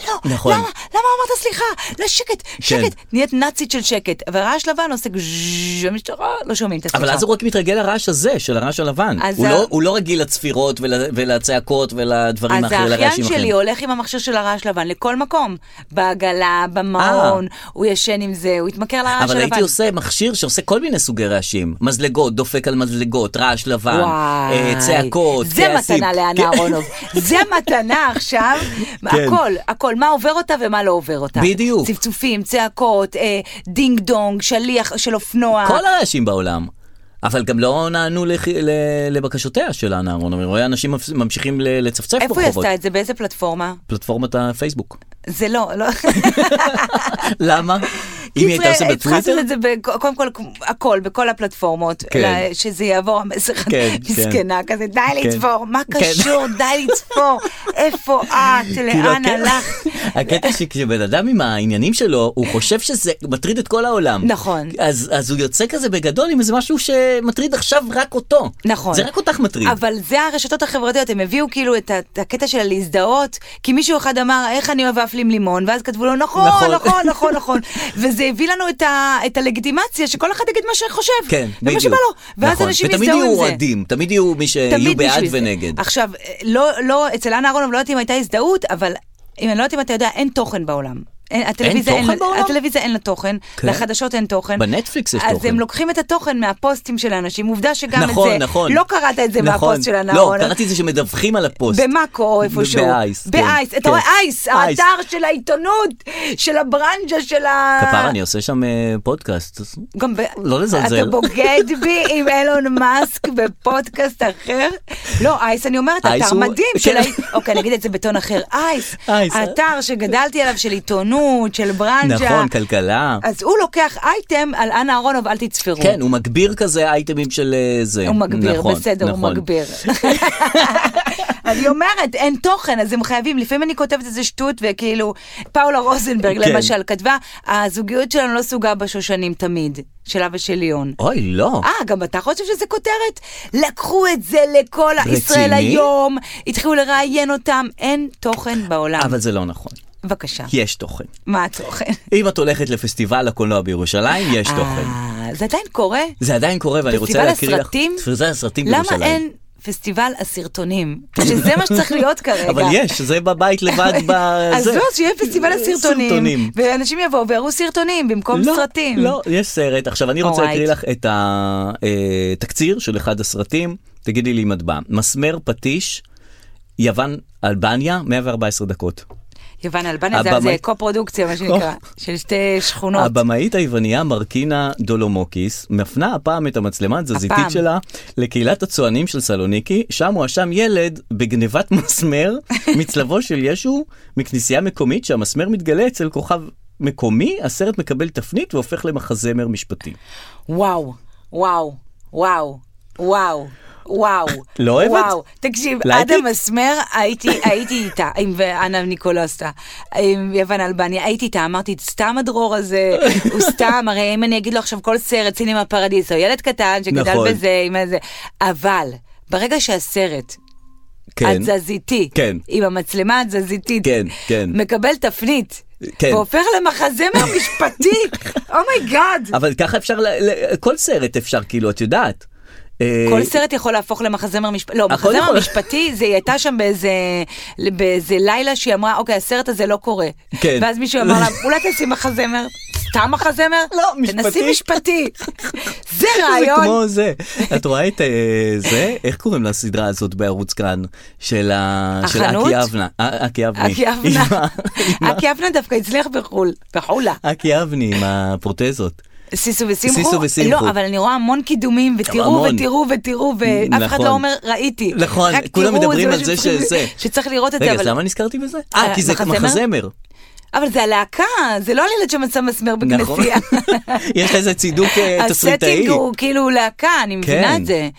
לא,
נכון. כן.
למה? למה אמרת סליחה? לא, שקט, שקט. נהיית נאצית של שקט. אבל רעש לבן עושה גז'ז', המשטרה, לא שומעים את הסליחה.
אבל אז הוא רק מתרגל לרעש הזה, של הרעש הלבן.
אז
הוא
ה-
לא- הוא לא רגיל לצפירות ול- ולצעקות ולדברים
אז
האחרים,
האחיין
לרעשים אחרים.
שלי הולך עם המכשיר של הרעש לבן לכל מקום, בעגלה, במעון, הוא ישן עם זה, הוא התמכר לרעש
אה. אבל הייתי
הלבן.
עושה מכשיר שעושה כל מיני סוגי רעשים. מזלגות, דופק על מזלגות, רעש לבן,
וואי,
אה, צעקות,
זה
כעסים.
מתנה
כן.
לאנה אהרונוב, זה מתנה עכשיו,
כן.
הכל, הכל, מה עובר אותה ומה לא עובר אותה.
בדיוק.
צפצופים, צעקות, אה, דינג דונג, שליח של אופנוע.
כל הרעשים בעולם. אבל גם לא נענו לח- ל- לבקשותיה של אנה אהרון. אני רואה אנשים מפס- ממשיכים ל- לצפצף
איפה
ברחובות.
היא עשתה את זה? באיזה פלטפורמה? לא,
פלטפורמת הפייסבוק.
זה לא, לא.
למה? אם היא הייתה עושה
קיצר, צריכה
בטוויטר?
לעשות את זה בק- קודם כל הכל, בכל הפלטפורמות,
כן.
ל- שזה יעבור המסר
כן,
המסכנה כזה, די לצבור, מה
כן.
קשור, די לצבור, איפה את,
כאילו,
לאן
הקטע-
הלכת?
הקטע שכשבן אדם עם העניינים שלו, הוא חושב שזה מטריד את כל העולם.
נכון.
אז, אז הוא יוצא כזה בגדול עם איזה משהו שמטריד עכשיו רק אותו.
נכון.
זה רק אותך מטריד.
אבל זה הרשתות החברתיות, הם הביאו כאילו את ה- את הקטע של הלהזדהות, כי מישהו אחד אמר, איך אני אוהב אף לי עם לימון, ואז כתבו לו, נכון,
נכון.
נכון, נכון, נכון. וזה הביא לנו את ה- את הלגיטימציה, שכל אחד יגיד מה שחושב.
כן,
ומה
בדיוק.
שבא לו. ואז
נכון.
אנשים
ותמיד
יזדהו
יהיו
עם זה.
אוהדים, תמיד אה, יהיו מי שיהיו
תמיד
בעד
בשביל זה.
ונגד.
עכשיו, לא, לא, אצל אנה אהרונוב לא יודעת אם הייתה הזדהות, אבל אם אני לא יודעת אם אתה יודע, אין תוכן בעולם. אין, הטלוויזיה
תוכן
אין, לה-
בעולם?
הטלוויזיה אין לה תוכן,
כן.
לחדשות אין תוכן.
בנטפליקס יש
אז
תוכן.
הם לוקחים את התוכן מהפוסטים של האנשים, עובדה שגם
נכון,
את זה,
נכון.
לא קראת את זה
נכון.
מהפוסט של אנה
לא,
אהרונוב.
קראתי את זה שמדווחים על הפוסט.
במאקו או איפשהו.
באייס, כן,
באייס,
כן.
אתה רואה אייס,
אייס.
האתר של העיתונות, של הברנז'ה, של ה...
כפרה, אני עושה שם אה, פודקאסט. אז-
גם ב...
לא לזלזל.
אתה בוגד בי עם אילון מאסק בפודקאסט אחר? לא, אייס, אני אומרת,
אייס
אתר
הוא-
מדהים
כן.
של... ה- אוקיי, אני אגיד את זה בטון אחר. אייס,
אייס, אה.
אתר שגדלתי עליו של עיתונות, של ברנז'ה.
נכון, כלכלה.
אז הוא לוקח אייטם על אנה אהרונוב, אל תצפרו.
כן, הוא מגביר כזה אייטמים של אה, זה.
הוא מגביר,
נכון,
בסדר, הוא
נכון.
מגביר. אני אומרת, אין תוכן, אז הם חייבים, לפעמים אני כותבת איזה שטות, וכאילו, פאולה רוזנברג
כן.
למשל כתבה, הזוגיות שלנו לא סוגה בשושנים תמיד, שלה ושל ליאון.
אוי, לא.
אה, גם אתה חושב שזה כותרת? לקחו את זה לכל
רציני?
ישראל היום, התחילו לראיין אותם, אין תוכן בעולם.
אבל זה לא נכון.
בבקשה,
יש תוכן.
מה התוכן?
אם את הולכת לפסטיבל הקולנוע בירושלים, יש תוכן.
אה, זה עדיין קורה?
זה עדיין קורה, ואני רוצה להקריא
פסטיבל
לך...
הסרטים?
פסטיבל הסרטים בירושלים.
למה אין פסטיבל הסרטונים? שזה מה שצריך להיות כרגע.
אבל יש, זה בבית לבד בזה. אה,
אז לא, שיהיה פסטיבל הסרטונים, ואנשים יבואו ויראו סרטונים במקום
לא,
סרטים.
לא, יש סרט. עכשיו, אני רוצה
Alright.
להקריא לך את התקציר של אחד הסרטים, תגידי לי אם את באה. מסמר פטיש, יוון, אלבניה, 114 דקות.
יוון אלבניה זה-
הבמאי-
זה קו-פרודוקציה, מה שנקרא, של שתי שכונות.
הבמאית היווניה מרקינה דולומוקיס מפנה הפעם את המצלמה התזזיתית
הפעם.
שלה לקהילת הצוענים של סלוניקי, שם הואשם ילד בגנבת מסמר מצלבו של ישו מכנסייה מקומית שהמסמר מתגלה אצל כוכב מקומי, הסרט מקבל תפנית והופך למחזמר משפטי.
וואו, וואו, וואו, וואו. וואו,
לא אוהבת? לא
וואו, תקשיב, עד
לייקים?
המסמר הייתי, הייתי איתה, עם אנה ניקולוסטה, עם יוון אלבניה, הייתי איתה, אמרתי, סתם הדרור הזה, הוא סתם, הרי אם אני אגיד לו עכשיו כל סרט, סינמה פרדיס, או ילד קטן שגדל
נכון.
בזה, עם הזה, אבל ברגע שהסרט
כן,
התזזיתי,
כן.
עם המצלמה התזזיתית,
כן, כן.
מקבל תפנית,
כן.
והופך Oh למחזמר משפטי, אומייגאד.
אבל ככה אפשר, ל- ל- כל סרט אפשר, כאילו, את יודעת. אה,
כל סרט יכול להפוך למחזמר משפטי, לא,
הכל
מחזמר
יכול.
משפטי, זה היא הייתה שם באיזה, באיזה לילה שהיא אמרה, אוקיי, הסרט הזה לא קורה.
כן.
ואז מישהו אמר לה, אולי תעשי מחזמר, סתם מחזמר?
לא, משפטי.
תנסי משפטי. זה
זה
רעיון.
כמו זה. את רואה את אה, זה? איך קוראים לסדרה הזאת בערוץ כאן? של ה- של
החנות?
אקי אבנה. אה, אקי אבני.
אקי אבנה.
עם ה- עם ה-
אקי אבנה דווקא הצליח בחו"ל, בחולה.
אקי אבני עם הפרוטזות.
סיסו וסימחו?
סיסו וסימחו.
לא, אבל אני רואה המון קידומים, ותראו
המון.
ותראו ותראו, ואף אחד
נכון.
לא אומר ראיתי.
נכון,
רק
כולם
תראו,
מדברים
מה
על זה
שצריכים-
שזה.
שצריך לראות את זה,
רגע, אז
אבל-
למה נזכרתי בזה? אה,
אה,
כי זה
מחזמר?
מחזמר.
אבל זה הלהקה, זה לא על ילד שמצא מסמר בכנסייה.
יש לזה צידוק נכון. אה, תסריטאי.
הסטינג הוא כאילו להקה, אני
כן.
מבינה את זה.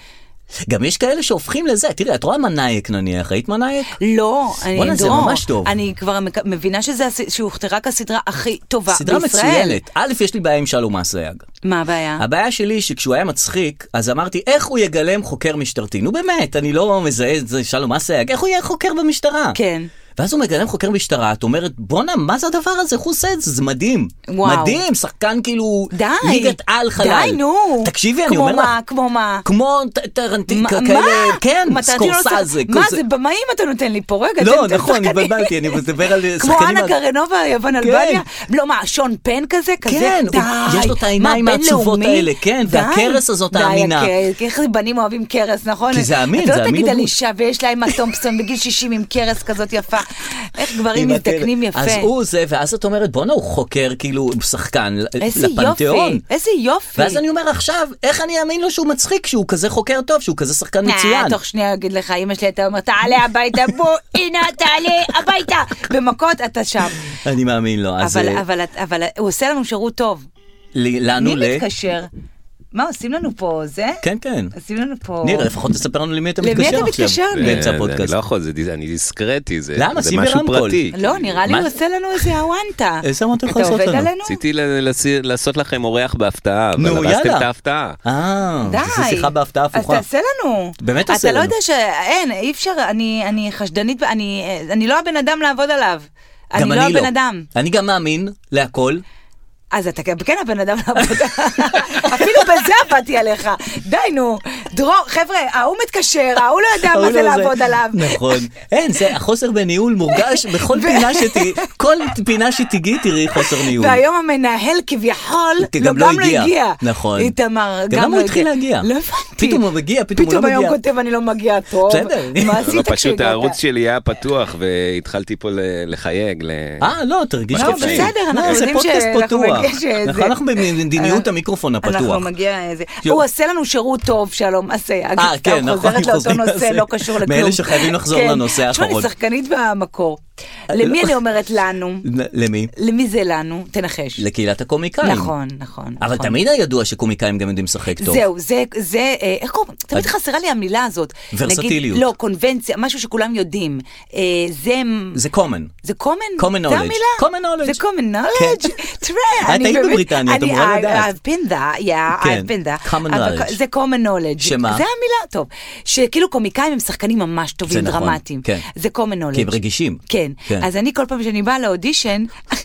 גם יש כאלה שהופכים לזה. תראי, את רואה מנאייק נניח, ראית מנאייק?
לא, אני
וואלה, זה
דרור,
ממש טוב.
אני כבר מק- מבינה שזה הס- שהוכתרה כסדרה הכי טובה בישראל.
סדרה מצוינת. א', יש לי בעיה עם שלום אסייג.
מה הבעיה?
הבעיה שלי היא שכשהוא היה מצחיק, אז אמרתי, איך הוא יגלם חוקר משטרתי? נו באמת, אני לא מזהה את זה, שלום אסייג, איך הוא יהיה חוקר במשטרה?
כן.
ואז הוא מגלם חוקר משטרה, את אומרת, בואנה, מה זה הדבר הזה? איך הוא עושה את זה? זה מדהים.
וואו.
מדהים, שחקן כאילו...
די.
ליגת על חלל.
די, נו.
תקשיבי, אני
כמו
אומר
מה,
לך...
כמו מה?
כמו ט- טרנטין,
מה?
כ-
מה?
כאלה, כן,
מה, טרנטינו לא
סקורסזה.
עושה- מה
כזה.
זה, במאים אתה נותן לי פה, רגע,
לא,
אתם- אתם
נכון,
שחקנים.
התבלבלתי, אני מדבר על שחקנים...
כמו אנה
ה-
גרנובה, יוון אלבניה? לא, מה, שון פן כזה? כזה?
כן, הוא-
די.
יש לו את העיניים
מה,
העצובות
בינלאומי?
האלה, כן,
די.
והקרס הזאת
די,
האמינה.
הקרס, איך בנים אוהבים קרס, נכון?
כי זה אמין, זה
אתה לא
אמין
תגיד על
וגוש.
אישה ויש לה אמה תומפסון בגיל 60 עם קרס כזאת יפה. איך גברים
עם הטלפון.
מזדקנים יפה.
אז הוא זה, ואז את אומרת, בואנה, הוא חוקר, כאילו, הוא שחקן ל-
איזה
לפנתיאון.
יופי, איזה יופי.
ואז אני אומר עכשיו, איך אני אאמין לו שהוא מצחיק, שהוא כזה חוקר טוב, שהוא כזה שחקן
אה,
מצוין?
תוך שנייה אגיד לך, אמא שלי הייתה אומרת, תעלה הביתה, בוא, הנה, תעלה הביתה. במכות אתה שם.
אני מאמין לו, אז
אבל,
אה,
אבל, אבל הוא עושה לנו שירות טוב.
ל- לנו
מי
ל...
מתקשר? מה, עושים לנו פה זה?
כן, כן.
עושים לנו פה...
ניר, לפחות תספר לנו למי אתה
למי
מתקשר עכשיו.
אתה מתקשר,
זה-
ניר?
באמצע
זה- אני
הפודקאסט.
לא יכול, זה דיס- אני דיסקרטי, זה
למה?
זה
שים
משהו
ברמקול.
פרטי.
לא, נראה לי
מה
הוא
זה?
עושה לנו איזה הוואנטה.
איזה הוואנטה הוא יכול לעשות
אתה
לנו?
עובד עלינו?
רציתי ל- לסי- לעשות לכם אורח בהפתעה, אבל
נו,
הרסתם
יאללה.
את ההפתעה.
אה,
די.
זו שיחה בהפתעה הפוכה.
אז תעשה לנו.
באמת
אתה
תעשה
אתה לא
לנו.
יודע ש... אין, אי אפשר, אני, אני חשדנית, אני, אני לא הבן אדם לעבוד עליו. אני
גם
לא הבן אדם.
אני גם מאמין להכל.
אז אתה גם כן הבן אדם לעבודה. אפילו בזה עבדתי עליך. די נו. דרור, חבר'ה, ההוא מתקשר, ההוא לא יודע מה
ההוא
זה
לא
לעבוד עליו.
נכון. אין, זה החוסר בניהול מורגש בכל פינה שתהיי, כל פינה שתיגעי תראי חוסר ניהול.
והיום המנהל כביכול,
גם
לא-
לא
גם לא
הגיע.
הגיע.
נכון.
איתמר,
גם למה
לא
הוא התחיל להגיע?
לא הבנתי.
פתאום הוא מגיע, פתאום הוא לא
פתאום
מגיע.
היום כותב אני לא מגיע טוב.
בסדר.
מה
לא,
לא,
עשית
פשוט
כשהגעת?
הערוץ שלי היה פתוח והתחלתי פה ל- לחייג. ל-
אה, לא, תרגיש
לא,
חופשי.
בסדר, אנחנו
לא, זה
יודעים
פודקאסט
שאנחנו
פתוח.
מגיע שזה-
נכון, אנחנו במדיניות המיקרופון הפתוח.
אנחנו מגיע איזה.
יופי.
הוא עושה לנו שירות טוב, שלום, עשה.
אה,
אגב,
כן,
סתם
נכון,
חוזרת לאותו
חוזרים
נושא,
לזה.
לא קשור לכלום.
מאלה שחייבים לחזור
כן.
לנושא
תשמע, אני
האחרון.
שחקנית במקור.
אה,
למי
לא.
אני אומרת לנו?
למי?
למי זה לנו? תנחש.
לקהילת הקומיקאים.
נכון, נכון.
אבל
נכון.
תמיד היה ידוע שקומיקאים גם יודעים לשחק טוב.
זהו, זה, זה, אה, איך קוראים? תמיד חסרה לי המילה הזאת. נגיד,
ורסטיליות.
לא, קונבנציה, משהו שכולם יודעים. אה, זה...
זה common.
זה common?
common
זה
knowledge.
המילה?
common knowledge. כן.
זה common knowledge? תראה,
את
אני באמת...
היית בבריטניה, את
אני-
אמורה
I-
לדעת.
I've been there, yeah,
כן,
I've been there.
common
אבל
knowledge.
זה common knowledge.
שמה?
זה המילה, טוב. שכאילו קומיקאים הם שחקנים ממש טובים,
נכון,
דרמטיים.
כן.
זה common knowledge.
כי הם רגישים.
כן.
כן.
אז אני כל פעם שאני באה לאודישן... כן.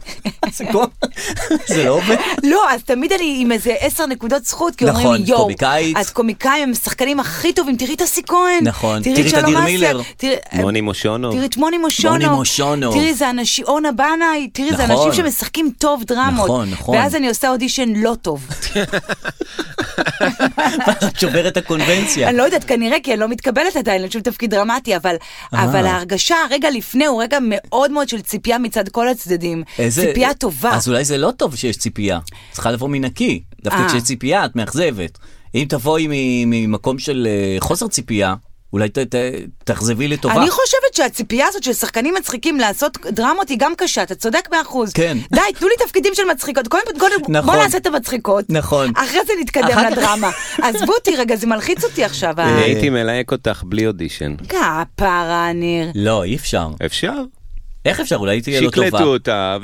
זה קומ- זה לא עובד.
לא, אז תמיד אני עם איזה עשר נקודות זכות, כי אומרים
נכון,
לי, יואו,
קומיקאית."
את קומיקאים הם השחקנים הכי טובים, תראי את אסי כהן,
נכון, תראי את
שלום
אדיר
אסיה,
מילר.
תראי- אה,
מוני מושונו.
תראי את מוני מושונו,
מוני מושונו.
תראי זה אנשים, אורנה בנאי, תראי זה
נכון.
אנשים שמשחקים טוב דרמות,
נכון, נכון.
ואז אני עושה אודישן לא טוב,
את שוברת את הקונבנציה.
אני לא יודעת כנראה כי אני לא מתקבלת עדיין לשום תפקיד דרמטי, אבל,
אה.
אבל ההרגשה הרגע לפני הוא רגע מאוד מאוד של ציפייה מצד כל הצדדים,
איזה-
לא- ציפייה טובה,
אז אולי זה לא טוב שיש ציפייה. צריכה לבוא מנקי. דווקא
אה.
כשיש ציפייה, את מאכזבת. אם תבואי מ- ממקום של אה, חוסר ציפייה, אולי ת- ת- תאכזבי לטובה.
אני חושבת שהציפייה הזאת של שחקנים מצחיקים לעשות דרמות היא גם קשה, אתה צודק מאה אחוז.
כן.
די, תנו לי תפקידים של מצחיקות. קודם כל, קודם- בוא
נכון.
נעשה את המצחיקות.
נכון.
אחרי זה נתקדם
אחר כך-
לדרמה. עזבו אותי רגע, זה מלחיץ אותי עכשיו. ה-
אני
אה.
הייתי מלהק אותך בלי אודישן.
כפרה, ניר.
לא, אי אפשר.
אפשר?
איך אפשר? אולי תהיה לא טובה.
שקלטו אותה,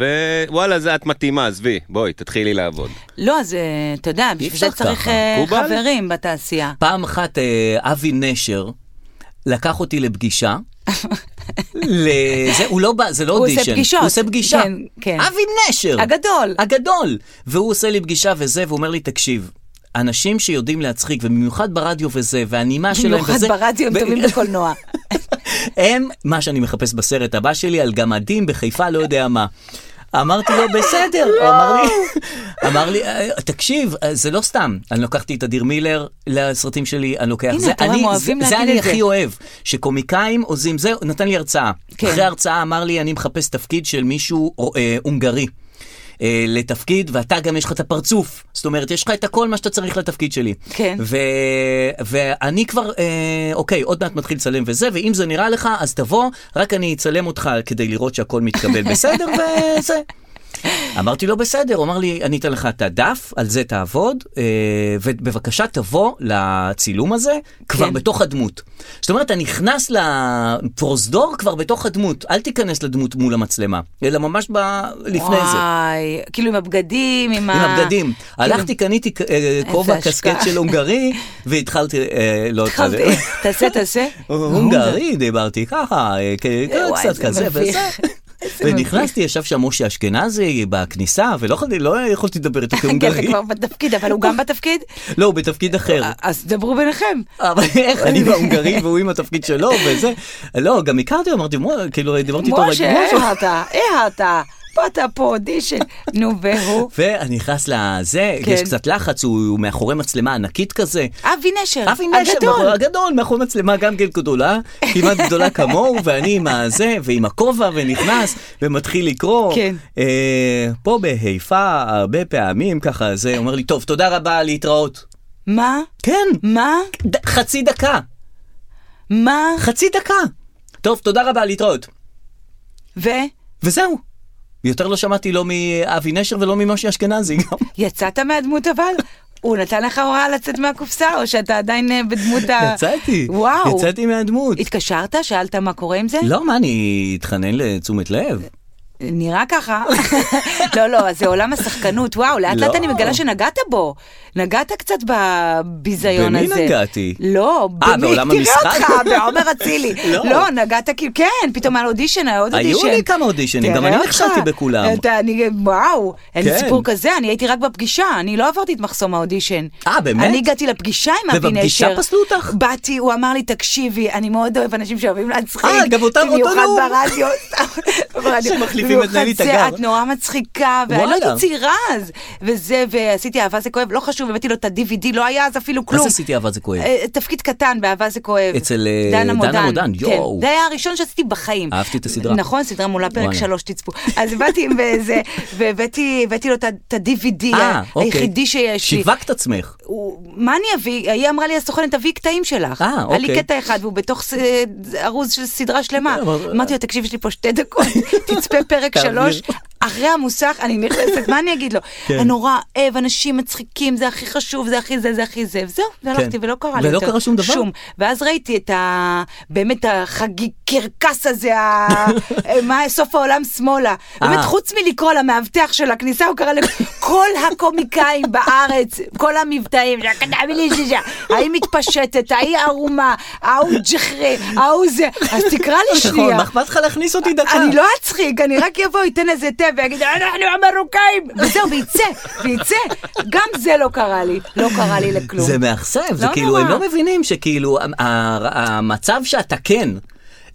ווואלה, זה את מתאימה, עזבי, בואי, תתחילי לעבוד.
לא, אז אה, אתה יודע, בשביל זה
אפשר
צריך
ככה.
אה,
מקובל?
חברים בתעשייה.
פעם אחת אה, אבי נשר לקח אותי לפגישה. לזה, הוא לא בא, זה לא
הוא עושה
אודישן,
פגישות.
הוא עושה פגישה,
כן, כן.
אבי נשר,
הגדול.
הגדול, והוא עושה לי פגישה וזה, והוא אומר לי, תקשיב, אנשים שיודעים להצחיק, ובמיוחד ברדיו וזה, והנימה שלהם
במיוחד
וזה,
ברדיו הם
ו-
טובים בקולנוע.
הם מה שאני מחפש בסרט הבא שלי על גמדים בחיפה, לא יודע מה. אמרתי לו, בסדר, הוא אמר
לא!
לי, אמר לי, "אה, תקשיב, אה, זה לא סתם. אני לקחתי את אדיר מילר לסרטים שלי, אני לוקח
הנה,
זה.
אתה רואה,
אני-
הם אוהבים
זה-
להגיד
זה אני
את זה.
הכי אוהב, שקומיקאים עוזים, זה, הוא נתן לי הרצאה.
כן.
אחרי ההרצאה אמר לי, אני מחפש תפקיד של מישהו אה, הונגרי. אה, לתפקיד, ואתה גם יש לך את הפרצוף. זאת אומרת, יש לך את הכל מה שאתה צריך לתפקיד שלי.
כן.
ו... ואני כבר, אה, אוקיי, עוד מעט מתחיל לצלם וזה, ואם זה נראה לך, אז תבוא, רק אני אצלם אותך כדי לראות שהכל מתקבל בסדר, וזה. אמרתי לו, בסדר, הוא אמר לי, אני אתן לך את הדף, על זה תעבוד, אה, ובבקשה תבוא לצילום הזה כבר
כן.
בתוך הדמות. זאת אומרת, אתה נכנס לפרוזדור כבר בתוך הדמות, אל תיכנס לדמות מול המצלמה, אלא ממש ב... לפני זה.
וואי, כאילו עם הבגדים, עם ה...
עם הבגדים.
כאילו-
הלכתי, קניתי אה, כובע
השקעה.
קסקט של הונגרי, והתחלתי, אה, לא
התחלתי,
התחלתי. אה,
תעשה, תעשה.
הונגרי, דיברתי ככה, אה, כ-
וואי,
קצת
זה
כזה
מביך.
וזה.
איזה מביך.
ונכנסתי, ישב שם משה אשכנזי בכניסה, ולא יכולתי- לא יכולתי לדבר איתו
כן, זה
כהונגרי.
כבר בתפקיד, אבל הוא גם בתפקיד?
לא, הוא בתפקיד אחר.
אז דברו ביניכם.
אבל
אה,
איך אני בהונגרי והוא עם התפקיד שלו וזה. לא, גם הכרתי, אמרתי, "מו-", כאילו, דיברתי איתו רק
משה,
משה.
איך אתה? איך אתה? פה אתה פה אודישן. נו, והוא?
ואני נכנס לזה,
כן.
יש קצת לחץ, הוא הוא מאחורי מצלמה ענקית כזה.
אבי נשר,
אבי נשר,
הגדול.
מאחורי- הגדול, מאחורי מצלמה גם כן גדולה, כמעט גדולה כמוהו, ואני עם הזה ועם הכובע ונכנס ומתחיל לקרוא.
כן.
אה, פה בחיפה הרבה פעמים ככה זה, אומר לי, טוב, תודה רבה, להתראות.
מה?
כן,
מה?
ד- חצי דקה,
מה?
חצי דקה. טוב, תודה רבה, להתראות.
ו?
וזהו. יותר לא שמעתי לא מאבי נשר ולא ממשה אשכנזי גם.
יצאת מהדמות אבל? הוא נתן לך הוראה לצאת מהקופסה, או שאתה עדיין אה, בדמות ה...
יצאתי,
וואו.
יצאתי מהדמות.
התקשרת? שאלת מה קורה עם זה?
לא, מה, אני אתחנן לתשומת לב?
נראה ככה. לא, לא, זה עולם השחקנות, וואו, לאט לאט
לא.
אני מגלה שנגעת בו. נגעת קצת בביזיון
במי
הזה.
נגעתי?
לא,
אה,
במי?
בעולם
תראה
המשחק?
אותך, בעומר אצילי.
לא.
לא, נגעת כאילו, כן, פתאום היה אודישן, היה עוד
היו
אודישן.
לי כמה אודישנים, גם
תראה
אני
אותך.
נכשלתי בכולם.
אתה, אני, וואו, אין לי
כן.
סיפור כזה, אני הייתי רק בפגישה, אני לא עברתי את מחסום האודישן.
אה, באמת?
אני הגעתי לפגישה עם אבי נשר.
ובפגישה פסלו אותך?
באתי, הוא אמר לי, תקשיבי, אני מאוד אוהב אנשים שאוהבים להצחיק.
אה, גם אותם, אותו
במיוחד
נאום.
ברדיו. ברדיו.
שמחליפים את נלי
במיוחד זה,
תגר.
את נורא מצחיקה, ואני לא
וואלה.
הייתי צעירה אז. וזה, ועשיתי אהבה זה כואב, לא חשוב, הבאתי לו את ה-DVD, לא היה אז אפילו
מה
כלום.
זה עשיתי אהבה זה כואב?
אה, תפקיד קטן באהבה זה כואב.
אצל, אה, דנה מודן,
כן.
יואו.
זה היה הראשון שעשיתי בחיים.
אהבתי את הסדרה.
נכון, סדרה מולה פרק
וואלה.
שלוש, תצפו. אז באתי עם איזה, והבאתי הבאתי לו את ה- את ה-DVD
אה, אוקיי.
היחידי שיש לי.
שיווקת עצמך.
הוא- מה אני אביא? היא אמרה לי הסוכנת, תביאי קטעים שלך.
אה,
היה לי
אוקיי.
קטע אחד, והוא בתוך ס- אה, ארוז של סדרה שלמה.
אה, אבל-
אמרתי לו, תקשיב, יש לי פה שתי דקות, תצפה פרק
תעביר.
שלוש. אחרי המוסך, אני נכנסת, מה אני אגיד לו?
כן.
אני נורא אוהב, אנשים מצחיקים, זה הכי חשוב, זה הכי זה, זה הכי זה. וזהו, והלכתי ולא קרה לי
כן. ולא
יותר.
קרה שום דבר?
ואז ראיתי את ה... באמת החגיג קרקס הזה, ה... מה, סוף העולם שמאלה. באמת,
אה.
חוץ מלקרוא למאבטח של הכניסה, הוא קרא לכל הקומיקאים בארץ, כל המבטאים, "תאמיני לי שזה", ההיא מתפשטת, ההיא ערומה, ההוא ג'חרי, ההוא זה, אז תקרא לי
נכון,
שנייה.
מה אכפת לך להכניס אותי דקה?
אני לא אצחיק, אני רק יבוא, ייתן איזה תה ויגיד, אנחנו המרוקאים, וזהו, וייצא, וייצא. גם זה לא קרה לי, לא קרה לי לכלום.
זה מאכסב, זה
לא
כאילו,
נורא.
הם לא מבינים שכאילו, ה- ה- המצב שאתה כן,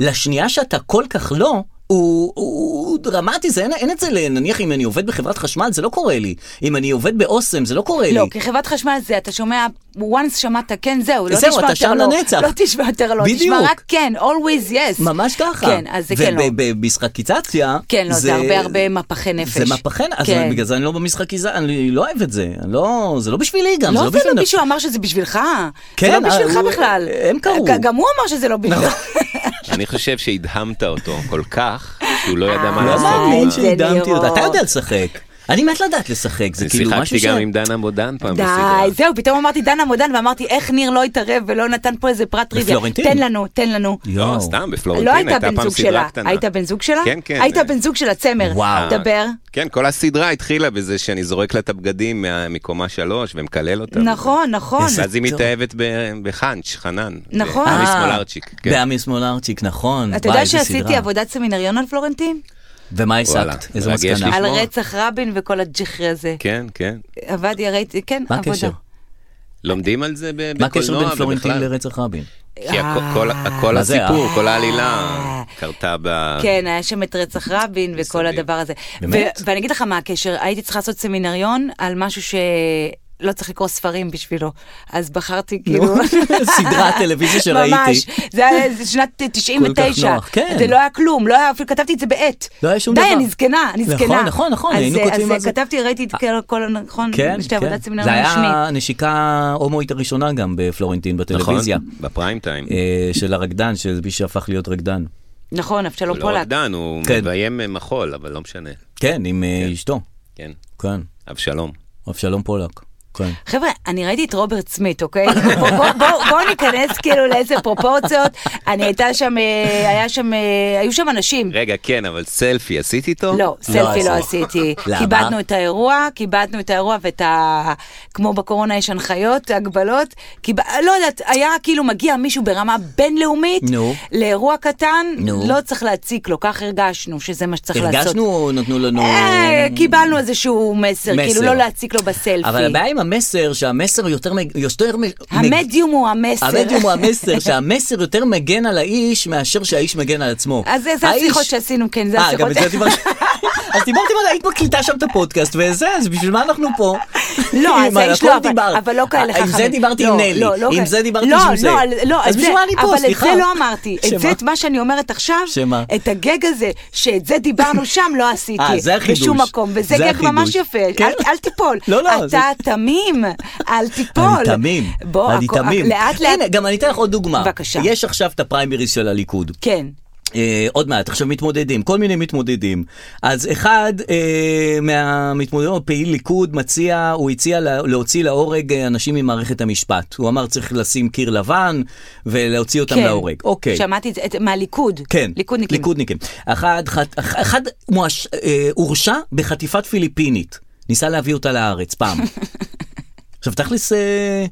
לשנייה שאתה כל כך לא, הוא, הוא, הוא דרמטי, זה אין, אין את זה, ל- נניח אם אני עובד בחברת חשמל, זה לא קורה לי. אם אני עובד באוסם, זה לא קורה לי.
לא, כי חברת חשמל זה, אתה שומע, once שמעת כן, זהו, לא
זהו,
תשמע
אתה
יותר
שם
לא.
לנצח.
לא תשמע יותר לא, תשמע
בדיוק.
רק כן, always yes.
ממש ככה.
כן, אז זה כן לא.
ובמשחקיזציה...
כן, לא, זה הרבה הרבה מפחי נפש.
זה מפחן, אז
כן.
בגלל זה אני לא במשחקיזציה, אני לא אוהב את זה. אני לא, זה לא בשבילי גם, זה
לא,
לא
זה
בשביל...
לא
נפ-
מישהו אמר שזה בשבילך.
כן,
זה לא בשבילך
אה, הוא-
בכלל.
הם קראו. נכון.
ג- גם הוא אמר שזה לא בשבילך.
אני חושב שהדהמת אותו כל כך, שהוא לא ידע מה
לא
לעשות.
מאמין
עם ה-
זה
שהדהמתי אותה. אתה
לראות.
יודע לשחק. אני מת לדעת לשחק, זה
אני
כאילו משהו
שיחקתי
ש...
גם עם דנה מודן פעם בסדרה.
די, זהו, פתאום אמרתי דנה מודן, ואמרתי איך ניר לא התערב ולא נתן פה איזה פרט טריוויה.
בפלורנטין.
תן לנו, תן לנו.
לא,
יואו.
סתם,
לא
בפלורנטין
הייתה
הייתה
בן
פעם
זוג
סדרה
שלה.
קטנה.
היית בן זוג שלה?
כן, כן.
היית
אה,
בן זוג שלה, צמר.
וואו.
דבר.
כן, כל הסדרה התחילה בזה שאני זורק לה את הבגדים מה- מקומה שלוש ומקלל אותה.
נכון, נכון.
ואז היא
טוב.
מתאהבת ב- בחאנץ', חנן.
נכון.
בעמי
אה,
סמולרצ'יק. כן.
בעמי סמולרצ'יק, נכון.
אתה
וואי,
יודע
איזה
שעשיתי
סדרה.
עבודת סמינריון על פלורנטין?
ומה
וואלה,
השגת? איזה
מרגש
מסקנה?
על
לשמוע.
רצח רבין וכל הג'חרי הזה.
כן, כן.
עבדתי, ראיתי, כן,
מה
עבודה.
הקשר?
לומדים על זה ב- בקולנוע
מה הקשר בין פלורנטין
ובכלל.
לרצח רבין?
כי הכ- כל- כל
מה זה,
הסיפור,
אה?
כל העלילה קרתה ב...
כן, היה שם את רצח רבין וכל
מסביב.
הדבר הזה.
באמת?
ו- ואני אגיד לך מה הקשר, הייתי צריכה לעשות סמינריון על משהו שלא צריך לקרוא ספרים בשבילו, אז בחרתי כאילו...
סדרת טלוויזיה שראיתי.
ממש, זה היה זה שנת
כל כך
99.
נוח, כן.
זה לא היה כלום, לא היה, אפילו כתבתי את זה בעט.
לא היה שום
די,
דבר.
אני זקנה, אני
נכון,
זקנה.
נכון, נכון,
אז,
היינו
אה,
כותבים על
אז
זה.
אה, כתבתי, ראיתי את כל- כל, ה- נכון,
כן, כן.
שתי עבודת סמינריון
זה
רשמית.
היה הנשיקה ההומואית הראשונה גם בפלורנטין
נכון?
בטלוויזיה.
בפריים טיים.
אה, של הרקדן, של מי שהפך להיות רקדן.
נכון, אבשלום
הוא לא
פולק.
רקדן, הוא
כן.
מביים אה, מחול, אבל לא משנה.
כן, עם אה, אשתו.
כן.
כן,
אבשלום.
אבשלום פולק. כן.
חבר'ה, אני ראיתי את רוברט סמית, אוקיי? בואו בוא, בוא, בוא ניכנס כאילו לאיזה פרופורציות. אני הייתה שם, אה, היה שם, אה, היו שם אנשים.
רגע, כן, אבל סלפי עשית איתו?
לא, סלפי
עשו.
לא עשיתי.
למה?
כיבדנו את האירוע, כיבדנו את האירוע ואת ה... כמו בקורונה יש הנחיות, הגבלות. כיב... לא יודעת, היה כאילו מגיע מישהו ברמה בינלאומית
נו.
לאירוע קטן,
נו.
לא צריך להציק לו, כך הרגשנו שזה מה שצריך לעשות.
הרגשנו או נתנו לנו...
אה, קיבלנו איזשהו מסר,
מסר.
כאילו לא להציק לו בסלפי.
אבל הבעיה עם המסר, שהמסר יותר... מג- יותר מג-
המדיום הוא המסר.
המדיום הוא המסר, שהמסר יותר מגן על האיש מאשר שהאיש מגן על עצמו.
אז זה- זה
האיש-
השיחות שעשינו, כן, זה
אה, גם
השיחות.
את זה דיברתי. אז דיברתם על היית מקליטה שם את הפודקאסט וזה, אז בשביל מה אנחנו פה?
לא, אז
מה,
זה יש
הכל
לו, אבל-
דיברת.
אבל לא כאלה חכמים.
עם זה דיברתי
לא,
עם נלי,
לא, לא
עם
כאלה.
זה דיברתי
לא,
עם זה.
לא, על- לא,
אז
את
בשביל
זה-
מה אני פה, סליחה.
אבל את זה לא אמרתי. את זה,
שמה?
את מה שאני אומרת עכשיו,
שמה?
את הגג הזה, שאת זה דיברנו שם, לא עשיתי.
אה, זה החידוש.
בשום מקום, וזה
זה
גג
החידוש.
ממש יפה.
כן.
אל- אל תיפול.
לא, לא,
אתה
זה-
תמים, אל תיפול.
אני תמים,
בוא,
אני
הכל-
תמים.
לאט לאט.
הנה, גם אני אתן לך עוד דוגמה.
בבקשה.
יש עכשיו את הפריימריז של הליכוד.
כן.
אה, עוד מעט, עכשיו מתמודדים, כל מיני מתמודדים. אז אחד אה, מהמתמודדים, הוא פעיל ליכוד, מציע, הוא הציע לה, להוציא להורג אה, אנשים ממערכת המשפט. הוא אמר צריך לשים קיר לבן ולהוציא אותם
כן.
להורג. אוקיי.
שמעתי את זה, את- מהליכוד.
כן,
ליכודניקים.
ליכודניקים. אחד, חט- אח- אחד מואש- אה, הורשע בחטיפת פיליפינית, ניסה להביא אותה לארץ פעם. עכשיו תכלס, אה,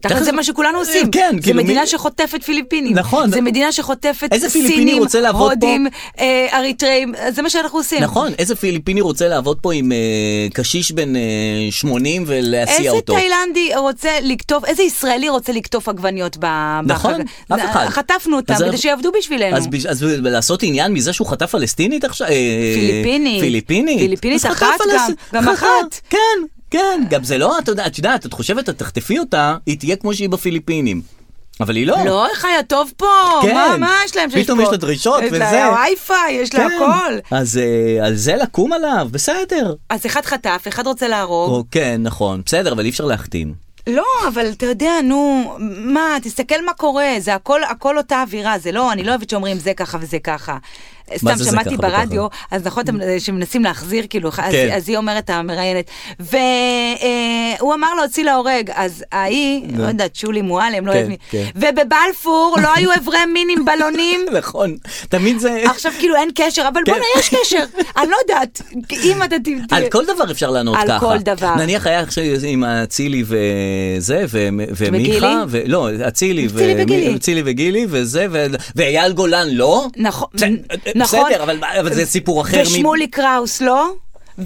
תכל'ס זה מה שכולנו עושים.
כן,
זה
כאילו,
מדינה
מי-
שחוטפת פיליפינים.
נכון.
זה מדינה שחוטפת
איזה פיליפיני
סינים,
רוצה לעבוד
הודים, אה, אריתראים, אה, זה מה שאנחנו עושים.
נכון, איזה פיליפיני רוצה לעבוד פה עם אה, קשיש בן אה, 80 ולהסיע
איזה
אותו.
תאילנדי רוצה לקטוף, איזה ישראלי רוצה לקטוף עגבניות ב-
נכון,
בחג?
אף אחד.
חטפנו אותם
אז
כדי
אנחנו-
שיעבדו בשבילנו.
אז, בש- אז לעשות עניין מזה שהוא חטף פלסטינית עכשיו? אה,
פיליפינית.
פיליפינית.
פיליפינית
אז חטף
אחת
פלס-
גם, גם
חטף,
אחת.
כן, כן. גם זה לא, אתה יודע, את יודעת, את חושבת, את תחטפי אותה, היא תהיה כמו שהיא בפיליפינים. אבל היא לא.
לא, איך היה טוב פה,
כן.
מה, מה יש להם שיש פה?
פתאום יש לה דרישות
יש
וזה.
לה וי-פיי, יש לה הכל.
כן. אז אה, על זה לקום עליו, בסדר.
אז אחד חטף, אחד רוצה להרוג.
או, כן, נכון, בסדר, אבל אי אפשר להחתים.
לא, אבל אתה יודע, נו, מה, תסתכל מה קורה, זה הכל, הכל אותה אווירה, זה לא, אני לא אוהבת שאומרים זה ככה וזה ככה. סתם
זה זה
שמעתי
ככה Mm.
ברדיו, אז נכון, אתם- שמנסים להחזיר, כאילו, אז,
כן.
אז היא אומרת, המראיינת, והוא אמר לה, הוציא להורג, אז ההיא, לא יודעת, שולי מועלם, לא
כן,
יודעת מי,
כן.
ובבלפור לא היו אברי מין עם בלונים.
נכון, תמיד זה...
עכשיו כאילו אין קשר, אבל בואנה, יש קשר, אני לא יודעת, אם אתה ת...
כן. על כל דבר אפשר לענות
על
ככה.
כל דבר.
נניח היה עכשיו עם אצילי וזה, ו-
וגילי?
ומיכה, ו- לא, אצילי
אצילי
ו-
וגילי.
אצילי וגילי, וזה, ו- ואייל גולן לא?
נכון,
בסדר,
נכון.
בסדר, אבל אבל זה סיפור אחר. מ-
ושמולי קראוס, לא?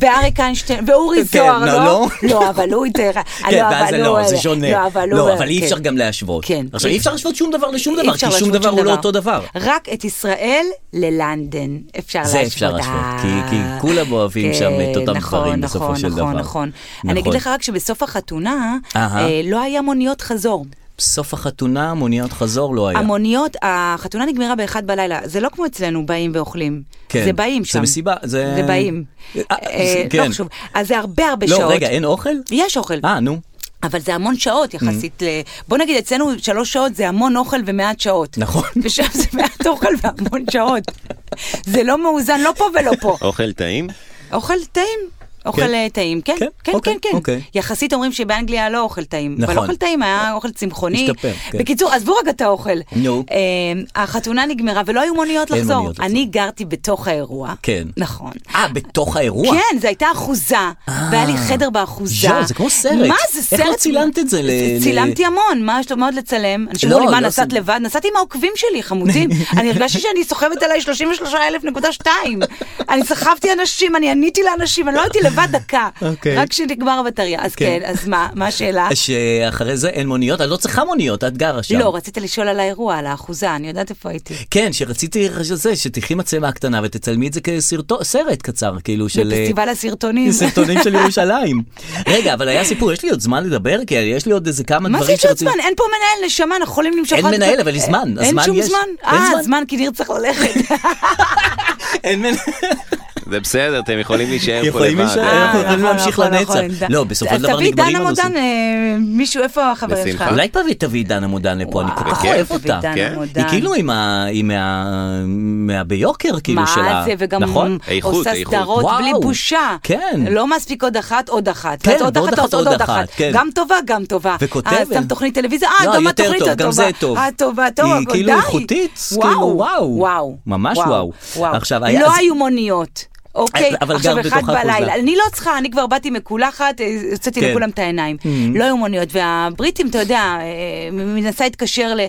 ואריק איינשטיין,
כן,
ואורי זוהר,
לא,
לא?
לא.
לא, אבל הוא יותר... אה,
כן,
לא,
ואז
אבל
זה
הוא-
לא, זה שונה.
לא, אבל הוא...
לא, אבל אי
כן.
אפשר גם להשוות.
כן.
עכשיו, אי אפשר להשוות שום דבר לשום דבר,
אפשר
כי שום
להשוות
דבר הוא לא אותו דבר.
רק את ישראל ללנדן אפשר
זה
להשוות.
אפשר להשוות,
אה,
כי- כי כולם אוהבים שם את אותם
נכון,
דברים בסופו
נכון,
של
נכון,
דבר.
נכון, נכון.
נכון.
אני אגיד לך רק שבסוף החתונה
אהה.
אה, לא היה מוניות חזור.
בסוף החתונה, מוניות חזור לא היה.
המוניות, החתונה נגמרה באחד בלילה. זה לא כמו אצלנו, באים ואוכלים.
כן.
זה באים שם.
זה מסיבה, זה...
זה באים.
אה,
אה,
כן.
לא חשוב. אז זה הרבה הרבה
לא,
שעות.
רגע, אין אוכל?
יש אוכל.
אה, Mm. נו.
אבל זה המון שעות יחסית ל... בוא נגיד, אצלנו שלוש שעות זה המון אוכל ומעט שעות.
נכון.
ושם זה מעט אוכל והמון שעות. זה לא מאוזן, לא פה ולא פה.
אוכל טעים?
אוכל טעים. אוכל
כן.
אה, טעים, כן,
כן,
כן,
אוקיי,
כן, כן.
אוקיי.
יחסית אומרים שבאנגליה היה לא אוכל טעים. אבל
נכון.
אוכל טעים היה אוכל צמחוני.
השתפר, כן.
בקיצור, עזבו רגע את האוכל.
נו.
אה, החתונה נגמרה ולא היו מוניות
אין
לחזור.
מוניות לחזור.
אני גרתי בתוך האירוע.
כן.
נכון.
אה, בתוך האירוע?
כן, זו הייתה אחוזה, והיה לי חדר באחוזה.
אה. ז'ו, זה כמו סרט.
מה זה
איך
סרט?
לא צילמת את זה ל- ל-
צילמתי המון, מה יש לו מאוד לצלם? אנשים
לא,
אמרו לי, מה,
לא
נסעת
עשו-
לבד? נסעתי עם העוקבים שלי, חמודים. אני הרגשתי שאני סוחבת עליי 33,000.2. אני סחבתי אנשים, אני עניתי לאנשים, אני לא הייתי לבד דקה.
אוקיי.
רק כשנגמר הבטריה. אז
כן.
כן, אז מה, מה השאלה?
שאחרי זה אין מוניות, את לא צריכה מוניות, את גרה שם.
לא, רצית לשאול על האירוע, על האחוזה, אני יודעת איפה הייתי.
כן, שרציתי זה, שתיקחי מצלמה קטנה ותצלמי את זה כסרט קצר, כאילו של... אה,
בפסטיבל הסרטונים.
סרטונים של ירושלים. רגע, אבל היה סיפור, יש לי עוד זמן לדבר? כי יש לי עוד איזה כמה
מה זה
דברים
יש לו
שרציתי...
זמן? אין פה מנהל, נשמה, אנחנו יכולים למשוך...
אין
עד-
מנהל, אבל יש זמן,
אין
הזמן
שום
יש.
זמן.
אין
אה,
זמן.
זמן, כי ניר צריך ללכת.
אין מנהל.
זה בסדר, אתם יכולים להישאר פה
יכולים
לבד.
להישאר,
אה,
אנחנו יכולים
נכון,
להמשיך
נכון,
לנצח.
נכון.
לא, בסופו של
אז
דבר
תביא
נגמרים
דנה מודן,
הנושאים.
אה, מישהו, איפה החברים שלך?
בשמחה.
אולי תביא- תביאי דנה מודן לפה, אני כל כך
בכיף.
אוהב
תביא
אותה.
דנה
כן.
מודן.
היא כאילו עם ה... היא מה... מה... ביוקר כאילו שלה.
מה זה, וגם
נכון?
איכות,
עושה
איכות.
סדרות
וואו.
בלי בושה.
כן.
לא מספיק עוד אחת, עוד אחת.
כן,
ואז
ועוד אחת,
עוד
עוד
אחת.
אחת, כן.
גם טובה, גם טובה.
וכותבת.
אה, סתם תוכנית טלוויזיה,
לא,
אה, גם
יותר
התוכנית
טוב,
הטובה.
גם זה טוב.
אה, טובה, טוב,
היא
אבל
כאילו
די.
איכותית, כאילו, וואו.
וואו.
ממש וואו. עכשיו, היה-
לא
אז-
היו מוניות. אוקיי,
אבל
עכשיו
גר
אחד
בתוך האחוזה.
בלילה, אני לא צריכה, אני כבר באתי מקולחת, אה, הוצאתי
כן. Mm-hmm.
לכולם את העיניים. לא היו מוניות, והבריטים, אתה יודע, אה, מנסה להתקשר ל-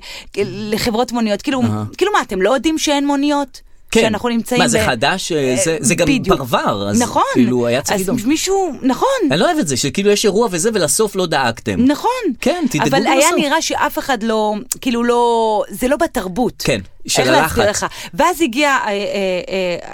לחברות מוניות, כאילו, כאילו מה, אתם לא יודעים שאין מוניות?
כן.
שאנחנו נמצאים
מה, זה
ב-
חדש?
אה,
זה- זה גם
בדיוק.
פרבר, אז
נכון.
כאילו, היה צריך לדאוג.
אז מישהו, נכון.
אני לא אוהב את זה, שכאילו יש אירוע וזה, ולסוף לא דאגתם.
נכון.
כן, תדאגו
אבל
גם
היה
לסוף.
נראה שאף אחד לא, כאילו לא, זה לא בתרבות.
כן, של
איך להסביר
הלחץ.
לך? ואז הגיע אה, אה, אה,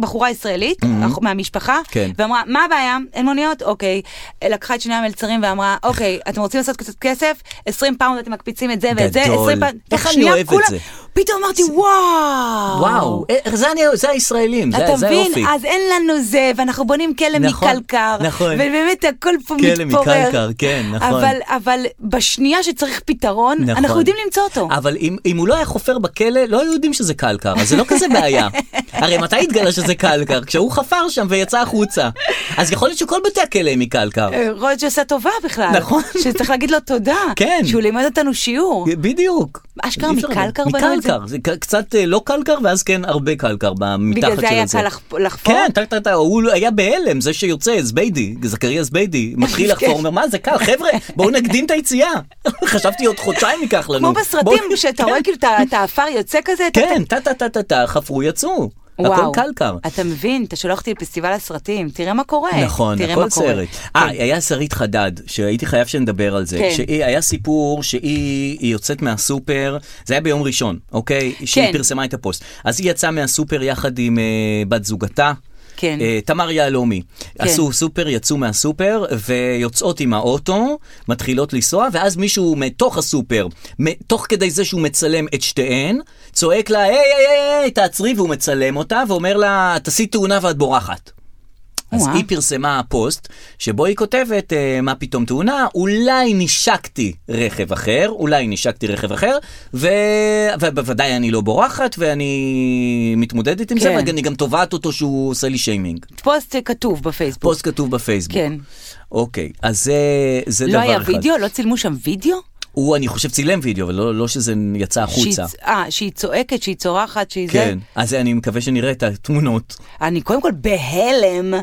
בחורה ישראלית אח- מהמשפחה,
Mm-hmm. כן.
ואמרה, מה הבעיה? אין מוניות? אוקיי. לקחה את שני המלצרים ואמרה, אוקיי, אתם רוצים לעשות קצת כסף? 20 פאונד אתם מקפיצים את זה ואת זה,
גדול.
20 פאונד.
איך
תוך
אני
שנייה
אוהב את
כולם-
זה.
פתאום אמרתי, וואו.
וואו, איך זה, אני, זה הישראלים, זה,
אתה
זה
מבין?
היופי.
אז אין לנו זה, ואנחנו בונים כלא
נכון,
מקלקר.
נכון.
ובאמת הכל פה מתפורר.
כלא מקלקר, כן, נכון.
אבל, אבל בשנייה שצריך פתרון,
נכון.
אנחנו יודעים למצוא אותו.
אבל אם, אם הוא לא היה חופר בכלא, לא היו יודעים שזה קלקר, אז זה לא כזה בעיה. הרי מתי התגלה שזה קלקר? כשהוא חפר שם ויצא החוצה. אז יכול להיות שכל בתי הכלא הם מקלקר.
אה, רוג' עשה טובה בכלל.
נכון.
שצריך להגיד לו תודה.
כן.
שהוא לימד אותנו שיעור.
בדיוק.
אשכרה
אי אפשר לדעת.
מקלקר בנו את זה?
מקלקר, זה ק- קצת אה, לא קלקר, ואז כן הרבה קלקר במתחת של
בגלל
זה.
זה היה קל לח- לחפור?
כן, טק טק טק, הוא היה בהלם, זה שיוצא, זביידי, זכריה זביידי,
כן.
מתחיל לחפור, אומר, מה זה קל, חבר'ה, בואו נקדים את היציאה. חשבתי עוד חודשיים ייקח לנו.
כמו בסרטים,
בואו-
שאתה רואה כאילו את ה- את האפר יוצא כזה. אתה-
כן, טה טה טה טה טה, חפרו יצאו. הכל
וואו.
קלקר.
אתה מבין, אתה שולח אותי לפסטיבל הסרטים, תראה מה קורה.
נכון,
תראה
הכל
מה קורה.
סרט.
כן.
אה, היה שרית חדד, שהייתי חייב שנדבר על זה.
כן.
שהיא, היה סיפור שהיא היא יוצאת מהסופר, זה היה ביום ראשון, אוקיי? שהיא
כן.
פרסמה את הפוסט. אז היא יצאה מהסופר יחד עם אה, בת זוגתה.
כן.
אה, תמר יהלומי,
כן.
עשו סופר, יצאו מהסופר ויוצאות עם האוטו, מתחילות לנסוע, ואז מישהו מתוך הסופר, מ- תוך כדי זה שהוא מצלם את שתיהן, צועק לה, היי, היי, היי, תעצרי, והוא מצלם אותה, ואומר לה, תעשי תאונה ואת בורחת. אז
וואו.
היא פרסמה פוסט שבו היא כותבת, אה, מה פתאום תאונה, אולי נשקתי רכב אחר, אולי נשקתי רכב אחר, ו- ובוודאי אני לא בורחת ואני מתמודדת עם זה,
כן.
ואני גם תובעת אותו שהוא עושה לי שיימינג.
פוסט אה, כתוב בפייסבוק.
פוסט כתוב בפייסבוק.
כן.
אוקיי, אז זה, זה
לא
דבר
היה
אחד.
וידאו? לא צילמו שם וידאו?
הוא, אני חושב, צילם וידאו, אבל לא, לא שזה יצא החוצה.
שהיא- אה, שהיא צועקת, שהיא צורחת, שהיא זה.
כן, אז אני מקווה שנראה את התמונות.
אני קודם כל בהלם,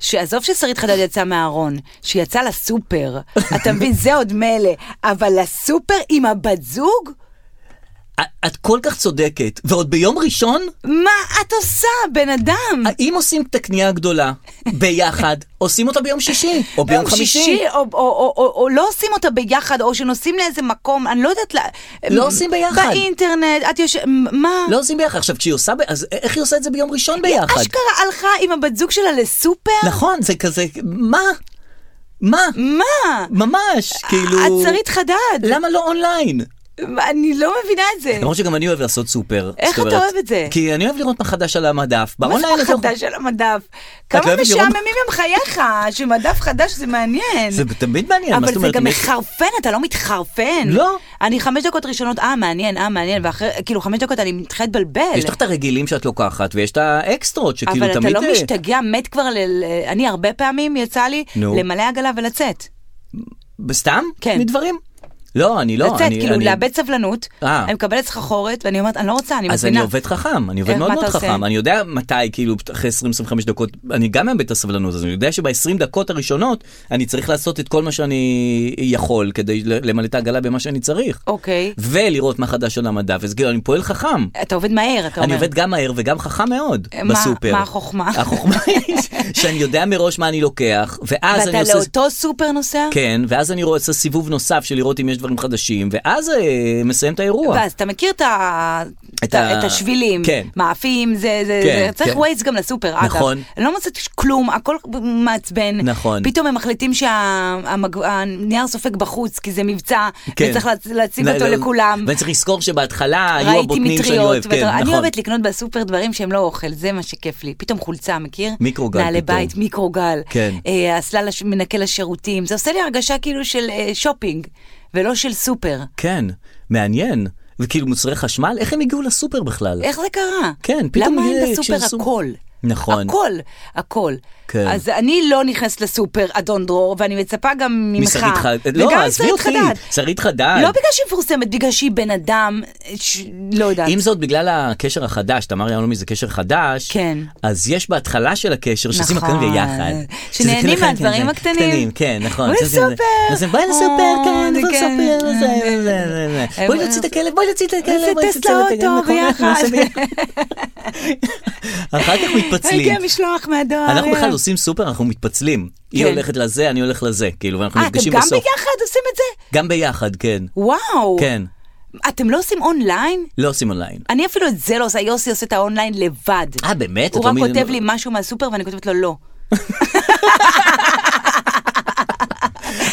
שעזוב ששרית חדד יצאה מהארון, שהיא יצאה לסופר, אתה מבין, זה עוד מילא, אבל לסופר עם הבת זוג?
את- את כל כך צודקת, ועוד ביום ראשון?
מה את עושה, בן אדם?
אם עושים את הקנייה הגדולה ביחד, עושים אותה ביום שישי, או ביום חמישי.
לא, או, או, או, או, או לא עושים אותה ביחד, או שנוסעים לאיזה מקום, אני לא יודעת... ל-
לא עושים ביחד.
באינטרנט, את יושבת... מה?
לא עושים ביחד. עכשיו, כשהיא עושה, ב- אז איך היא עושה את זה ביום ראשון ביחד?
אשכרה הלכה עם הבת זוג שלה לסופר?
נכון, זה כזה, מה? מה?
מה?
ממש, כאילו...
אה, את שרית חדד.
למה לא אונליין?
מה, אני לא מבינה את זה.
למרות שגם אני אוהב לעשות סופר.
איך
זאת
אתה
אומרת,
אוהב את זה?
כי אני אוהב לראות מה חדש על המדף.
מה זה
באונליין אתה-
החדש על המדף? כמה
לא אוהבת לראות-
משעממים הם חייך, שמדף חדש זה מעניין.
זה תמיד מעניין, מה
אבל
זאת
זה
אומרת?
גם
אם יש-
מחרפן, אתה לא מתחרפן.
לא.
אני חמש דקות ראשונות, אה, מעניין, אה, מעניין, ואחרי, כאילו, חמש דקות אני מתחילה להתבלבל.
יש לך את הרגילים שאת לוקחת, ויש את האקסטרות, שכאילו
אבל
תמיד...
אתה לא
אה,
משתגע, מת כבר ל... ל- אני הרבה פעמים יצא לי
נו.
למלא עגלה ולצאת.
אה, סתם?
כן.
מדברים? לא, אני לא.
לצאת,
אני-
כאילו,
אני-
לאבד סבלנות,
אה.
אני מקבלת סחרחורת, ואני אומרת, אני לא רוצה, אני מבינה.
אז אני עובד חכם, אני עובד
איך,
מאוד
מה
מאוד
אתה
חכם,
עושה?
אני יודע מתי, כאילו, אחרי 20-25 דקות, אני גם מאבד את הסבלנות, אז אני יודע שב-20 דקות הראשונות, אני צריך לעשות את כל מה שאני יכול כדי ל- למלא את העגלה במה שאני צריך.
אוקיי.
ולראות מה חדש על המדף, אז כאילו, אני פועל חכם.
אתה עובד מהר, אתה אומר. אה,
אני עובד גם מהר וגם חכם מאוד
מה-
בסופר.
מה החוכמה?
החוכמה היא שאני יודע מראש מה אני לוקח, ואז אני
ואתה לא
עושה...
לאותו סופר נוסע?
כן, ואז אני רואה- עושה סיבוב נוסף של לראות אם יש דברים חדשים, ואז אה, מסיים את האירוע.
ואז אתה מכיר את, ה...
את
את, ה...
ה-
את השבילים,
כן.
מאפים, זה, זה,
כן,
זה, צריך
כן.
ווייז גם לסופר, אגב.
נכון.
אני לא מוצאת כלום, הכל מעצבן.
נכון.
פתאום הם מחליטים שהנייר סופג בחוץ, כי זה מבצע,
כן.
וצריך להצ- להציג
לא,
אותו
לא,
לכולם.
ואני צריך לזכור שבהתחלה היו
ראיתי
הבוטנים שאני
מטריות,
אוהב,
ואתה-
כן,
אני
נכון.
אוהבת לקנות בסופר דברים שהם לא אוכל, זה מה שכיף לי. פתאום חולצה, מכיר?
מיקרוגל
נעלי
פתאום.
בית, מיקרוגל.
כן.
אה, הסלל הש- מנקה לשירותים, זה עושה לי הרגשה כאילו של אה, שופינג, ולא של סופר.
כן, מעניין. וכאילו מוצרי חשמל, איך הם הגיעו לסופר בכלל?
איך זה קרה?
כן, פתאום
למה
יהיה
אין בסופר
כשעשו-
הכל?
נכון.
הכל, הכל.
כן.
אז אני לא נכנסת לסופר, אדון דרור, ואני מצפה גם ממך.
משרית חד...
וגם
לא, עזבי
משרית
אותי, אה.
חדד.
שרית חדד.
לא בגלל שהיא מפורסמת, בגלל שהיא בן אדם, ש... לא יודעת.
עם זאת, בגלל הקשר החדש, תמר יהלומי זה קשר חדש,
כן.
אז יש בהתחלה של הקשר, שעושים
נכון.
הכל ביחד. שזה
שנהנים
כאילו,
מהדברים
כן,
הקטנים.
קטנים, כן, נכון.
בואי
זה- זה-
לסופר.
אז הם, בואי לסופר,
אוי,
כן, בואי
כן.
לסופר, זה- זה- זה- זה.
הם-
בואי נוציא את הכלב, בואי נוציא את הכלב,
נעשה
בואי
טסט
נוציא את הכלב,
לאוטו
נכון,
ביחד.
נעשה ביחד. אחר כך מתפצלים.
הגיע משלוח מהדואר.
אנחנו
יאללה.
בכלל עושים סופר, אנחנו מתפצלים. היא
אה, כן.
הולכת לזה, אני הולך לזה, כאילו, ואנחנו
אה, אתם
נפגשים
גם
בסוף.
ביחד עושים את זה?
גם ביחד, כן.
וואו.
כן.
אתם לא עושים אונליין?
לא עושים אונליין.
אני אפילו את זה לא עושה, יוסי עושה את האונליין לבד.
אה, באמת?
הוא
את לא
רק
מי-
כותב לי משהו מהסופר ואני כותבת לו לא.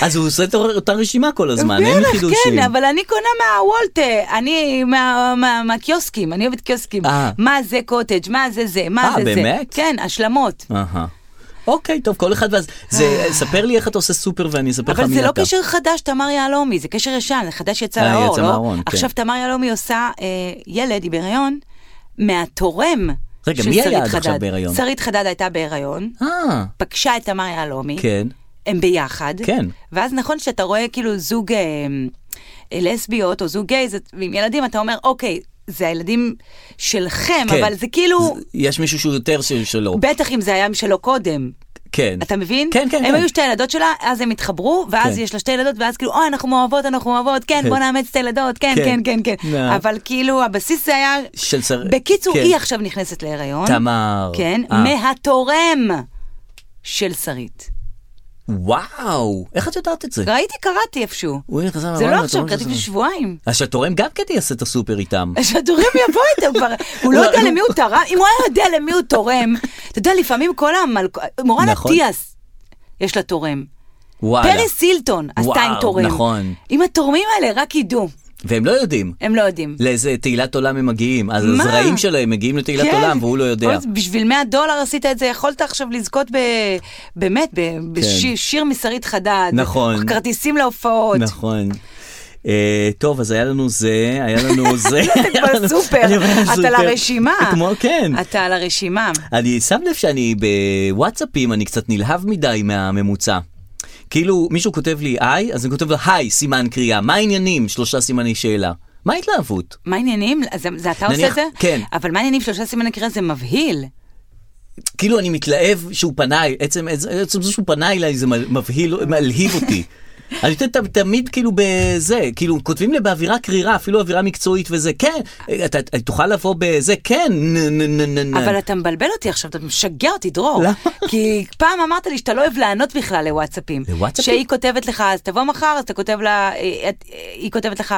אז הוא עושה את אותה רשימה כל הזמן, אין
בטח,
חידושים.
כן, אבל אני קונה מהוולטה, אני מה- מה- מהקיוסקים, אני אוהבת קיוסקים.
אה.
מה זה קוטג', מה זה זה, מה
אה,
זה זה.
באמת?
כן, השלמות.
אהה. אוקיי, טוב, כל אחד ואז... זה, ספר לי איך אתה עושה סופר ואני אספר לך
אה. אבל
מי
זה
אתה.
לא קשר חדש, תמר יהלומי, זה קשר ישן, זה חדש שיצא
אה,
לאור,
יצא
לא?
מהארון, כן.
עכשיו תמר יהלומי עושה אה, ילד, היא בהיריון, מהתורם
רגע,
של
מי היה
שרית
עד עכשיו
חדד.
בהיריון?
שרית חדד הייתה בהיריון,
אה,
פגשה את תמר יהלומי.
כן.
הם ביחד.
כן.
ואז נכון שאתה רואה כאילו זוג אה, אה, לסביות או זוג גיי זה- ועם ילדים, אתה אומר, אוקיי, זה הילדים שלכם,
כן.
אבל זה כאילו,
ז- יש מישהו שהוא יותר של- שלו.
בטח אם זה היה שלו קודם.
כן.
אתה מבין?
כן, כן,
הם
כן.
היו שתי ילדות שלה, אז הם התחברו, ואז
כן.
יש לה שתי ילדות, ואז כאילו, אוי, אנחנו מאוהבות, אנחנו מאוהבות, כן,
כן.
בוא נאמץ את הילדות, כן,
כן.
כן, כן, כן.
נה.
אבל כאילו, הבסיס זה היה...
של שר...
בקיצור,
כן.
היא עכשיו נכנסת להיריון.
תמר.
כן,
אה.
מהתורם של שרית.
וואו, איך את יודעת את זה?
ראיתי, קראתי איפשהו.
הוא הנה, חזר
זה
מהמים,
לא
אתה
עכשיו,
אומר שזה
קראתי
לא.
לפני שבועיים.
אז שהתורם גם כן יעשה את הסופר איתם.
שהתורם יבוא איתם כבר, הוא לא יודע למי הוא תרם, אם הוא היה יודע למי הוא תורם, אתה יודע, לפעמים כל המלכ... מורן
נכון.
אטיאס, יש לה תורם.
וואלה.
פריס הילטון עשתה עם
וואו,
תורם.
נכון.
אם התורמים האלה רק ידעו,
והם לא יודעים
הם לא יודעים.
לאיזה תהילת עולם הם מגיעים. אז
מה? כן.
הזרעים שלהם מגיעים לתהילת עולם והוא לא יודע.
עוד בשביל 100 דולר עשית את זה, יכולת עכשיו לזכות ב... באמת, ב... בשיר שיר משרית חדד.
כן. נכון.
כרטיסים להופעות.
נכון. אה, טוב, אז היה לנו זה, היה לנו זה.
לא, אתה כבר סופר,
אני אומר,
אתה
סופר.
על הרשימה.
אתמול, כן.
אתה על הרשימה.
אני שם לב שאני בוואטסאפים, אני קצת נלהב מדי מהממוצע. כאילו, מישהו כותב לי היי, אז אני כותב לו היי, סימן קריאה, מה העניינים? שלושה סימני שאלה. מה ההתלהבות?
מה העניינים? זה, זה אתה עושה
נניח-
את זה?
כן.
אבל מה העניינים? שלושה סימני קריאה זה מבהיל.
כאילו אני מתלהב שהוא פנה, עצם, עצם זה שהוא פנה אליי זה מל- מבהיל, מלהיב אותי. אני חושב תמיד כאילו בזה, כאילו כותבים לי באווירה קרירה, אפילו אווירה מקצועית וזה, כן, אתה אתה תוכל לבוא בזה, כן, נ, נ, נ, נ, נ.
אבל אתה מבלבל אותי עכשיו, אתה משגע אותי, דרור.
למה?
כי פעם אמרת לי שאתה לא אוהב לענות בכלל לוואטסאפים.
לוואטסאפים?
שהיא כותבת לך, אז תבוא מחר, אז אתה כותב לה, אה, את- אה, היא כותבת לך,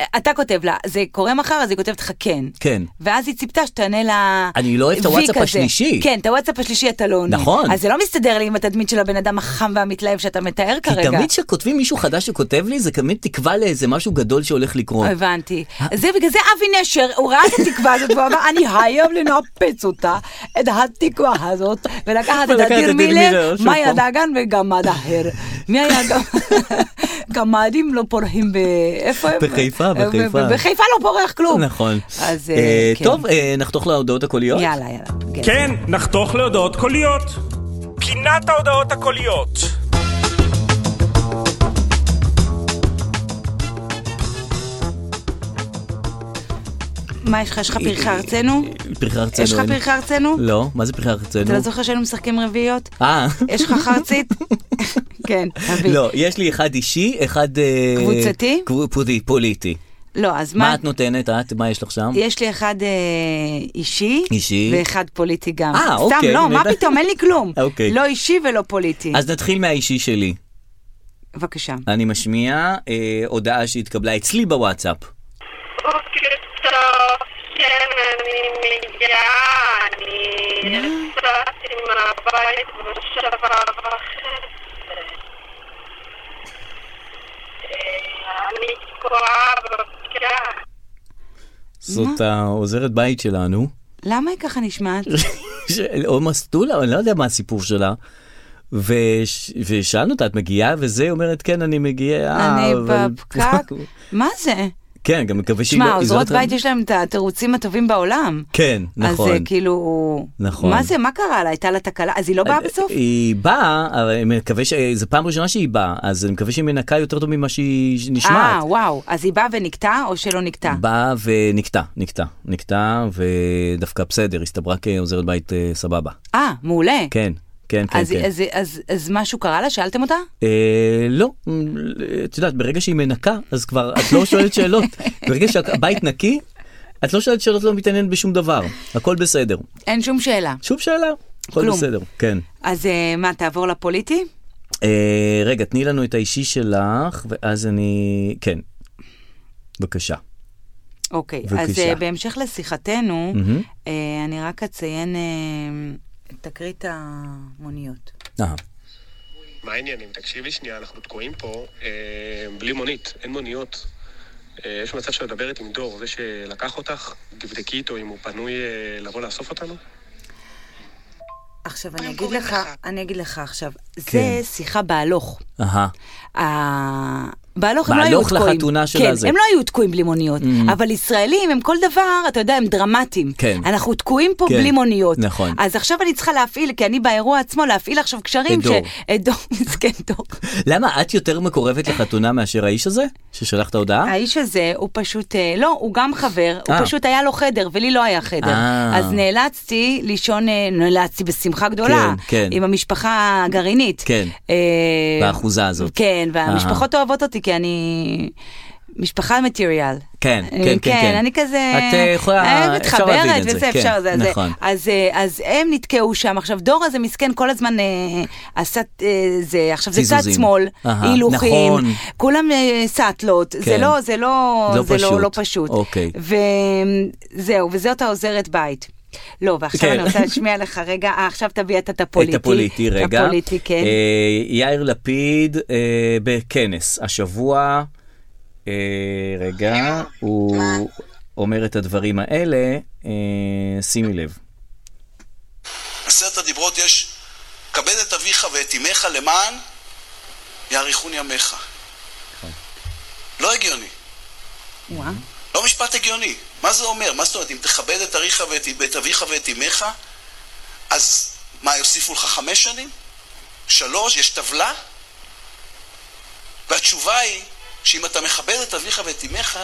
אה, אתה כותב לה, זה קורה מחר, אז היא כותבת לך כן.
כן.
ואז היא ציפתה שתענה לה...
אני לא אוהב את
"וי"
הוואטסאפ
כזה.
השלישי.
כן, את הוואטסאפ השלישי אתה לא עונה.
נכון.
אז זה לא מסתדר לי עם התדמית של הבן אדם החם והמתלהב שאתה מתאר
כי
כרגע.
תמיד כשכותבים מישהו חדש שכותב לי, זה תמיד תקווה לאיזה משהו גדול שהולך לקרות.
אה, הבנתי. זה בגלל זה אבי נשר, הוא ראה את התקווה הזאת והוא אמר, אני חייב לנפץ אותה, את התקווה הזאת, ולקחת
ולקחת את
את אדיר
אדיר
מילר,
מילר, שוב
מאיה
פעם.
דגן וגמד אחר. מי היה גם... גמדים לא פורחים ב... איפה הם?
בחיפה,
ב-
בחיפה.
ב- בחיפה לא פורח כלום.
נכון.
אז
אה,
אה, כן.
טוב, אה, נחתוך להודעות הקוליות?
יאללה, יאללה. כן.
כן, נחתוך להודעות קוליות. פינת ההודעות הקוליות.
מה יש לך? יש לך פרחי ארצנו?
פרחי ארצנו.
יש לך
אין-
פרחי ארצנו?
אה, לא, מה זה פרחי ארצנו?
אתה לא זוכר שהיינו משחקים רביעיות?
אה.
יש לך חרצית? כן, אבי.
לא, יש לי אחד אישי, אחד... אה,
קבוצתי?
קבו- פולי- פוליטי.
לא, אז
מה
מה?
את נותנת? את, מה יש לך שם?
יש לי אחד אה, אישי,
אישי.
ואחד פוליטי גם.
אה, אוקיי,
סתם, לא, מה
נהדר.
פתאום, אין לי כלום.
אוקיי.
לא אישי ולא פוליטי.
אז נתחיל מהאישי שלי.
בבקשה.
אני משמיע אה, הודעה שהתקבלה אצלי בוואטסאפ.
בוקר טוב, שמי מגיעה, אני יצאתי מהבית בשעה וחצי. אה, אני תקועה בפקק.
זאת העוזרת בית שלנו,
למה היא ככה נשמעת?
של- או מסטולה, אני לא יודע מה הסיפור שלה. וש- ושאלנו אותה, את מגיעה? וזה, היא אומרת, כן, אני מגיעה.
אני
אבל-
בפקק? מה זה?
כן, גם מקווה שהיא לא...
שמע,
היא
עוזרות
זאת-
בית יש להם את התירוצים הטובים בעולם.
כן, נכון.
אז אה, כאילו...
נכון. אה,
מה זה, מה קרה לה? הייתה לה תקלה? אז היא לא באה בסוף?
היא באה, אבל אני מקווה ש... זו פעם ראשונה שהיא באה, אז אני מקווה שהיא מנקה יותר טוב ממה שהיא נשמעת.
אה, וואו. אז היא באה ונקטעה או שלא נקטעה?
באה ונקטע, נקטע, נקטע, ודווקא בסדר, הסתברה כעוזרת בית אה, סבבה.
אה, מעולה.
כן, כן, כן,
אז-
כן.
אז- אז- אז משהו קרה לה? שאלתם אותה?
אה, לא, מ, את יודעת, ברגע שהיא מנקה, אז כבר את לא שואלת שאלות. ברגע שהבית נקי, את לא שואלת שאלות, לא מתעניינת בשום דבר. הכל בסדר.
אין שום שאלה.
שוב שאלה, הכל
כלום.
בסדר, כן.
אז אה, מה, תעבור לפוליטי?
אה, רגע, תני לנו את האישי שלך, ואז אני... כן. בבקשה.
אוקיי, אז
בבקשה.
אה, בהמשך לשיחתנו,
מהמם.
אה, אני רק אציין אה, תקרית המוניות.
אהה.
מה העניינים? תקשיבי שנייה, אנחנו תקועים פה אה, בלי מונית, אין מוניות. אה, יש מצב שאת מדברת עם דור, זה שלקח אותך, תבדקי איתו אם הוא פנוי אה, לבוא לאסוף אותנו?
עכשיו, אני אגיד לך, אני אגיד לך עכשיו,
כן.
זה שיחה בהלוך.
אהה.
ה- בהלוך הם לא היו
בהלוך
תקועים.
לחתונה של
כן,
הזה.
הם לא היו תקועים בלי מוניות. אבל ישראלים הם כל דבר, אתה יודע, הם דרמטיים.
כן.
אנחנו תקועים פה
כן.
בלי מוניות.
נכון.
אז עכשיו אני צריכה להפעיל, כי אני באירוע עצמו, להפעיל עכשיו קשרים.
את דור.
ש- את דור, מסכן דור.
למה את יותר מקורבת לחתונה מאשר האיש הזה ששלח את ההודעה?
האיש הזה, הוא פשוט, אה, לא, הוא גם חבר, הוא
אה.
פשוט היה לו חדר, ולי לא היה חדר.
אה.
אז נאלצתי לישון, אה, נאלצתי בשמחה גדולה.
כן, כן.
עם המשפחה הגרעינית.
כן.
אה,
באחוזה הזאת. אה.
כן, והמשפחות אוהבות אותי, כי אני... משפחה מטריאל.
כן,
אה,
כן, כן, כן.
כן, אני כזה...
את, אה, יכולה-
אה,
אפשר
מתחברת
להבין את זה,
וזה,
כן,
אפשר, זה, זה.
נכון.
אז, אה, אז הם נתקעו שם. עכשיו, דור הזה מסכן כל הזמן אה, עשה אה, זה, עכשיו זה צד
תיזוזים.
שמאל,
אהה,
הילוכים,
נכון.
כולם אה, סאטלות, זה
כן.
לא, זה לא,
לא
זה
פשוט.
לא, לא פשוט.
אוקיי.
וזהו, וזאת העוזרת בית. לא, ועכשיו
כן.
אני רוצה להשמיע לך רגע, אה, עכשיו תביע את הפוליטי.
את הפוליטי, רגע.
את הפוליטי, כן.
אה, יאיר לפיד אה, בכנס. השבוע, אה, רגע, הוא אומר את הדברים האלה, אה, שימי לב.
עשרת הדיברות יש, כבד את אביך ואת אמך למען יאריכון ימיך. לא הגיוני,
וואה.
לא משפט הגיוני. מה זה אומר? מה זאת אומרת, אם תכבד את אביך ואת, את אביך ואת אמך, אז מה, יוסיפו לך חמש שנים? שלוש? יש טבלה? והתשובה היא שאם אתה מכבד את אביך ואת אמך,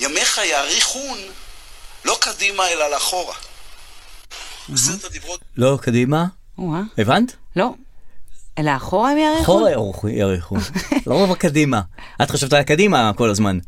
ימיך יאריכון לא קדימה אלא לאחורה. עשרת הדיברות
לא, קדימה.
וואה.
הבנת?
לא. אלא אחורה הם יאריכו?
אחורה יאריכו, יאריכו. לא רק קדימה. את חשבת על קדימה כל הזמן.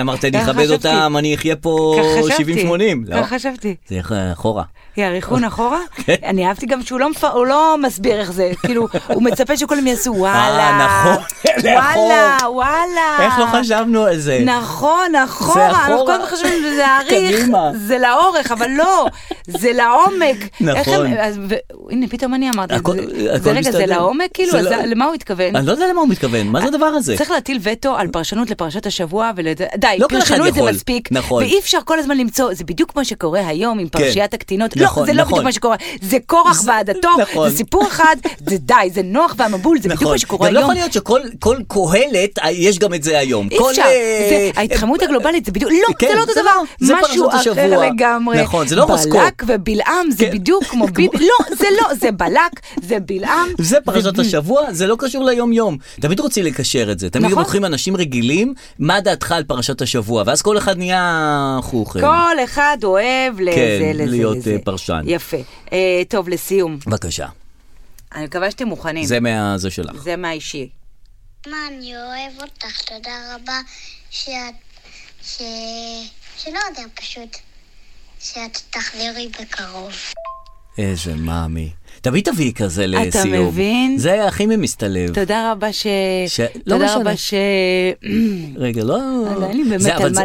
אמרת לי,
ככה
כבד
חשבתי.
אותם, אני אחיה פה
כך חשבתי.
70-80. לא, אוקיי.
כך חשבתי.
זה איך- אחורה.
יאריכון אחורה? אני אהבתי גם שהוא לא, מפ... הוא לא מסביר איך זה, כאילו, הוא מצפה שכולם יעשו וואלה,
אה, נכון, לאחור.
וואלה, וואלה.
איך לא חשבנו על זה?
נכון, אחורה,
אחורה.
אנחנו כל הזמן חושבים שזה להאריך,
קדימה.
זה לאורך, אבל לא, זה לעומק.
נכון.
איך הם- אז ו... הנה, פתאום אני אמרתי,
הכל-
זה,
הכל
זה רגע, זה
מסתדר.
לעומק כאילו,
זה
אז
לא-
למה הוא התכוון?
אני לא יודע למה הוא מתכוון, מה זה הדבר הזה?
אה, צריך להטיל וטו על פרשנות לפרשת השבוע, ול... די,
לא כל אחד
פרשנו את זה
יכול.
מספיק,
נכון.
ואי אפשר כל הזמן למצוא, זה בדיוק מה שקורה היום עם פרשיית הקטינות,
נכון,
לא, זה לא
נכון.
בדיוק מה שקורה, זה קורח ועדתו,
נכון.
זה סיפור אחד, זה די, זה נוח והמבול, זה בדיוק
נכון.
מה שקורה
גם לא
היום.
יכול להיות שכל כל קהלת, אה, יש גם את זה היום.
אי
כל,
אפשר,
אה,
זה- ההתחממות הגלובלית זה בדיוק, לא,
כן,
זה לא אותו
זה
דבר,
לא, זה
משהו
פרשת
אחר
השבוע.
לגמרי.
נכון, זה לא הורוסקופ.
בלק ובלעם זה
כן.
בדיוק כמו ביבי, לא, זה לא, זה בלק, זה בלעם.
זה פרשת השבוע, זה לא קשור ליום-יום. תמיד רוצים לקשר את זה. תמיד גם
נכון.
לוקחים אנשים רגילים, מה דעתך על פרשת השבוע? ואז כל אחד נהיה חוכר.
כל אחד אוהב לזה, לזה,
להיות,
לזה.
אה, פרשן.
יפה. אה, טוב, לסיום.
בבקשה.
אני מקווה שאתם מוכנים.
זה מה... זה שלך.
זה מהאישי.
מה, אני אוהב אותך, תודה רבה שאת... ש... שלא יודע, פשוט שאת תחזרי בקרוב.
איזה מאמי. תמיד תביאי כזה לסיום.
מבין?
זה הכי ממשתלב.
תודה רבה ש...
ש- לא
תודה
משנה.
רבה ש...
רגע, לא...
לא, אין לי באמת
זה- אבל
על מה
זה-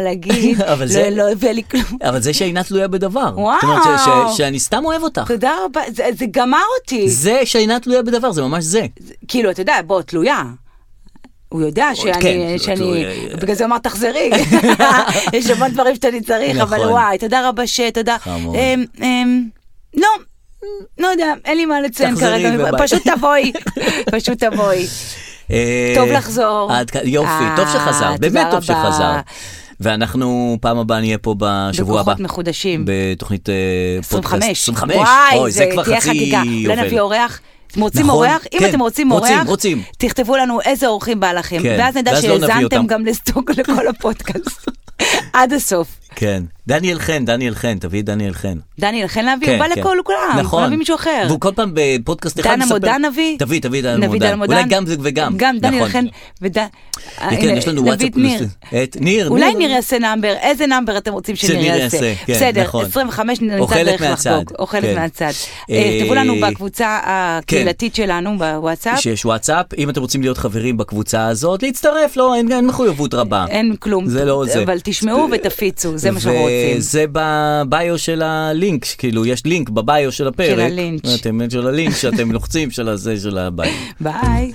להגיד.
אבל
לא-
זה...
לא הביא לי כלום.
אבל זה שאינה תלויה בדבר.
וואו.
זאת אומרת ש- ש- שאני סתם אוהב אותך.
תודה רבה, זה- זה גמר אותי.
זה שאינה תלויה בדבר, זה ממש זה.
כאילו, אתה יודע, בוא, תלויה. הוא יודע
כן,
שאני, שאני,
תלוי. אה.
בגלל זה הוא אמר תחזרי, יש המון דברים שאני צריך, אבל
נכון.
וואי, תודה רבה ש... תודה.
חמוד.
אמ, אמ, לא, לא יודע, אין לי מה לציין
תחזרי
כרגע,
וביי.
פשוט תבואי, פשוט תבואי.
אה,
טוב לחזור.
עד כאן, יופי,
אה,
טוב שחזרת,
תודה
באמת טוב
רבה.
שחזרת. ואנחנו פעם הבאה נהיה פה בשבוע הבא.
בכוחות מחודשים.
בתוכנית אה, פודקאסט.
25.
25.
וואי,
אוי,
זה
כבר
תהיה
חצי
חגיגה. אולי
יובל.
נביא אורח. אתם רוצים
נכון,
אורח? אם
כן,
אתם רוצים אורח,
רוצים, רוצים.
תכתבו לנו איזה אורחים בא לכם,
כן,
ואז נדע
ואז לא נביא
שהאזנתם
אותם.
גם לסטוק לכל הפודקאסט. עד הסוף.
כן. דניאל חן, דניאל חן, תביאי את דניאל חן.
דניאל חן להביא, הוא בא לכל כולם,
כן, נכון.
להביא מישהו אחר.
והוא כל פעם בפודקאסט אחד
דן
מספר...
עמודן נביא?
תביאי, תביאי דן
נביא
עמודן.
דן עמודן.
אולי גם זה וגם.
גם דניאל
נכון.
חן וד... אה,
כן, יש לנו וואטסאפ
ניר.
פלוס- את ניר,
אולי
ניר.
ניר יעשה נאמבר, איזה נאמבר אתם רוצים שניר
שניר
יעשה?
יעשה, כן,
בסדר,
נכון.
25 נמצא
אוכלת
דרך
מהצד,
לחגוג. אוכלת
כן.
מהצד.
אה, כן.
אה, תכתבו לנו בקבוצה הקהילתית שלנו בוואטסאפ.
שיש וואטסאפ, אם אתם רוצים להיות חברים בקבוצה הזאת, להצטרף, לא, אין, אין מחויבות רבה.
אין כלום,
זה לא זה.
אבל תשמעו ותפיצו, זה מה שאנחנו רוצים.
וזה בביו של הלינק, כאילו, יש לינק בביו של הפרק.
של הלינץ'.
אתם, של הלינק שאתם לוחצים, של הזה, של הביו.
ביי.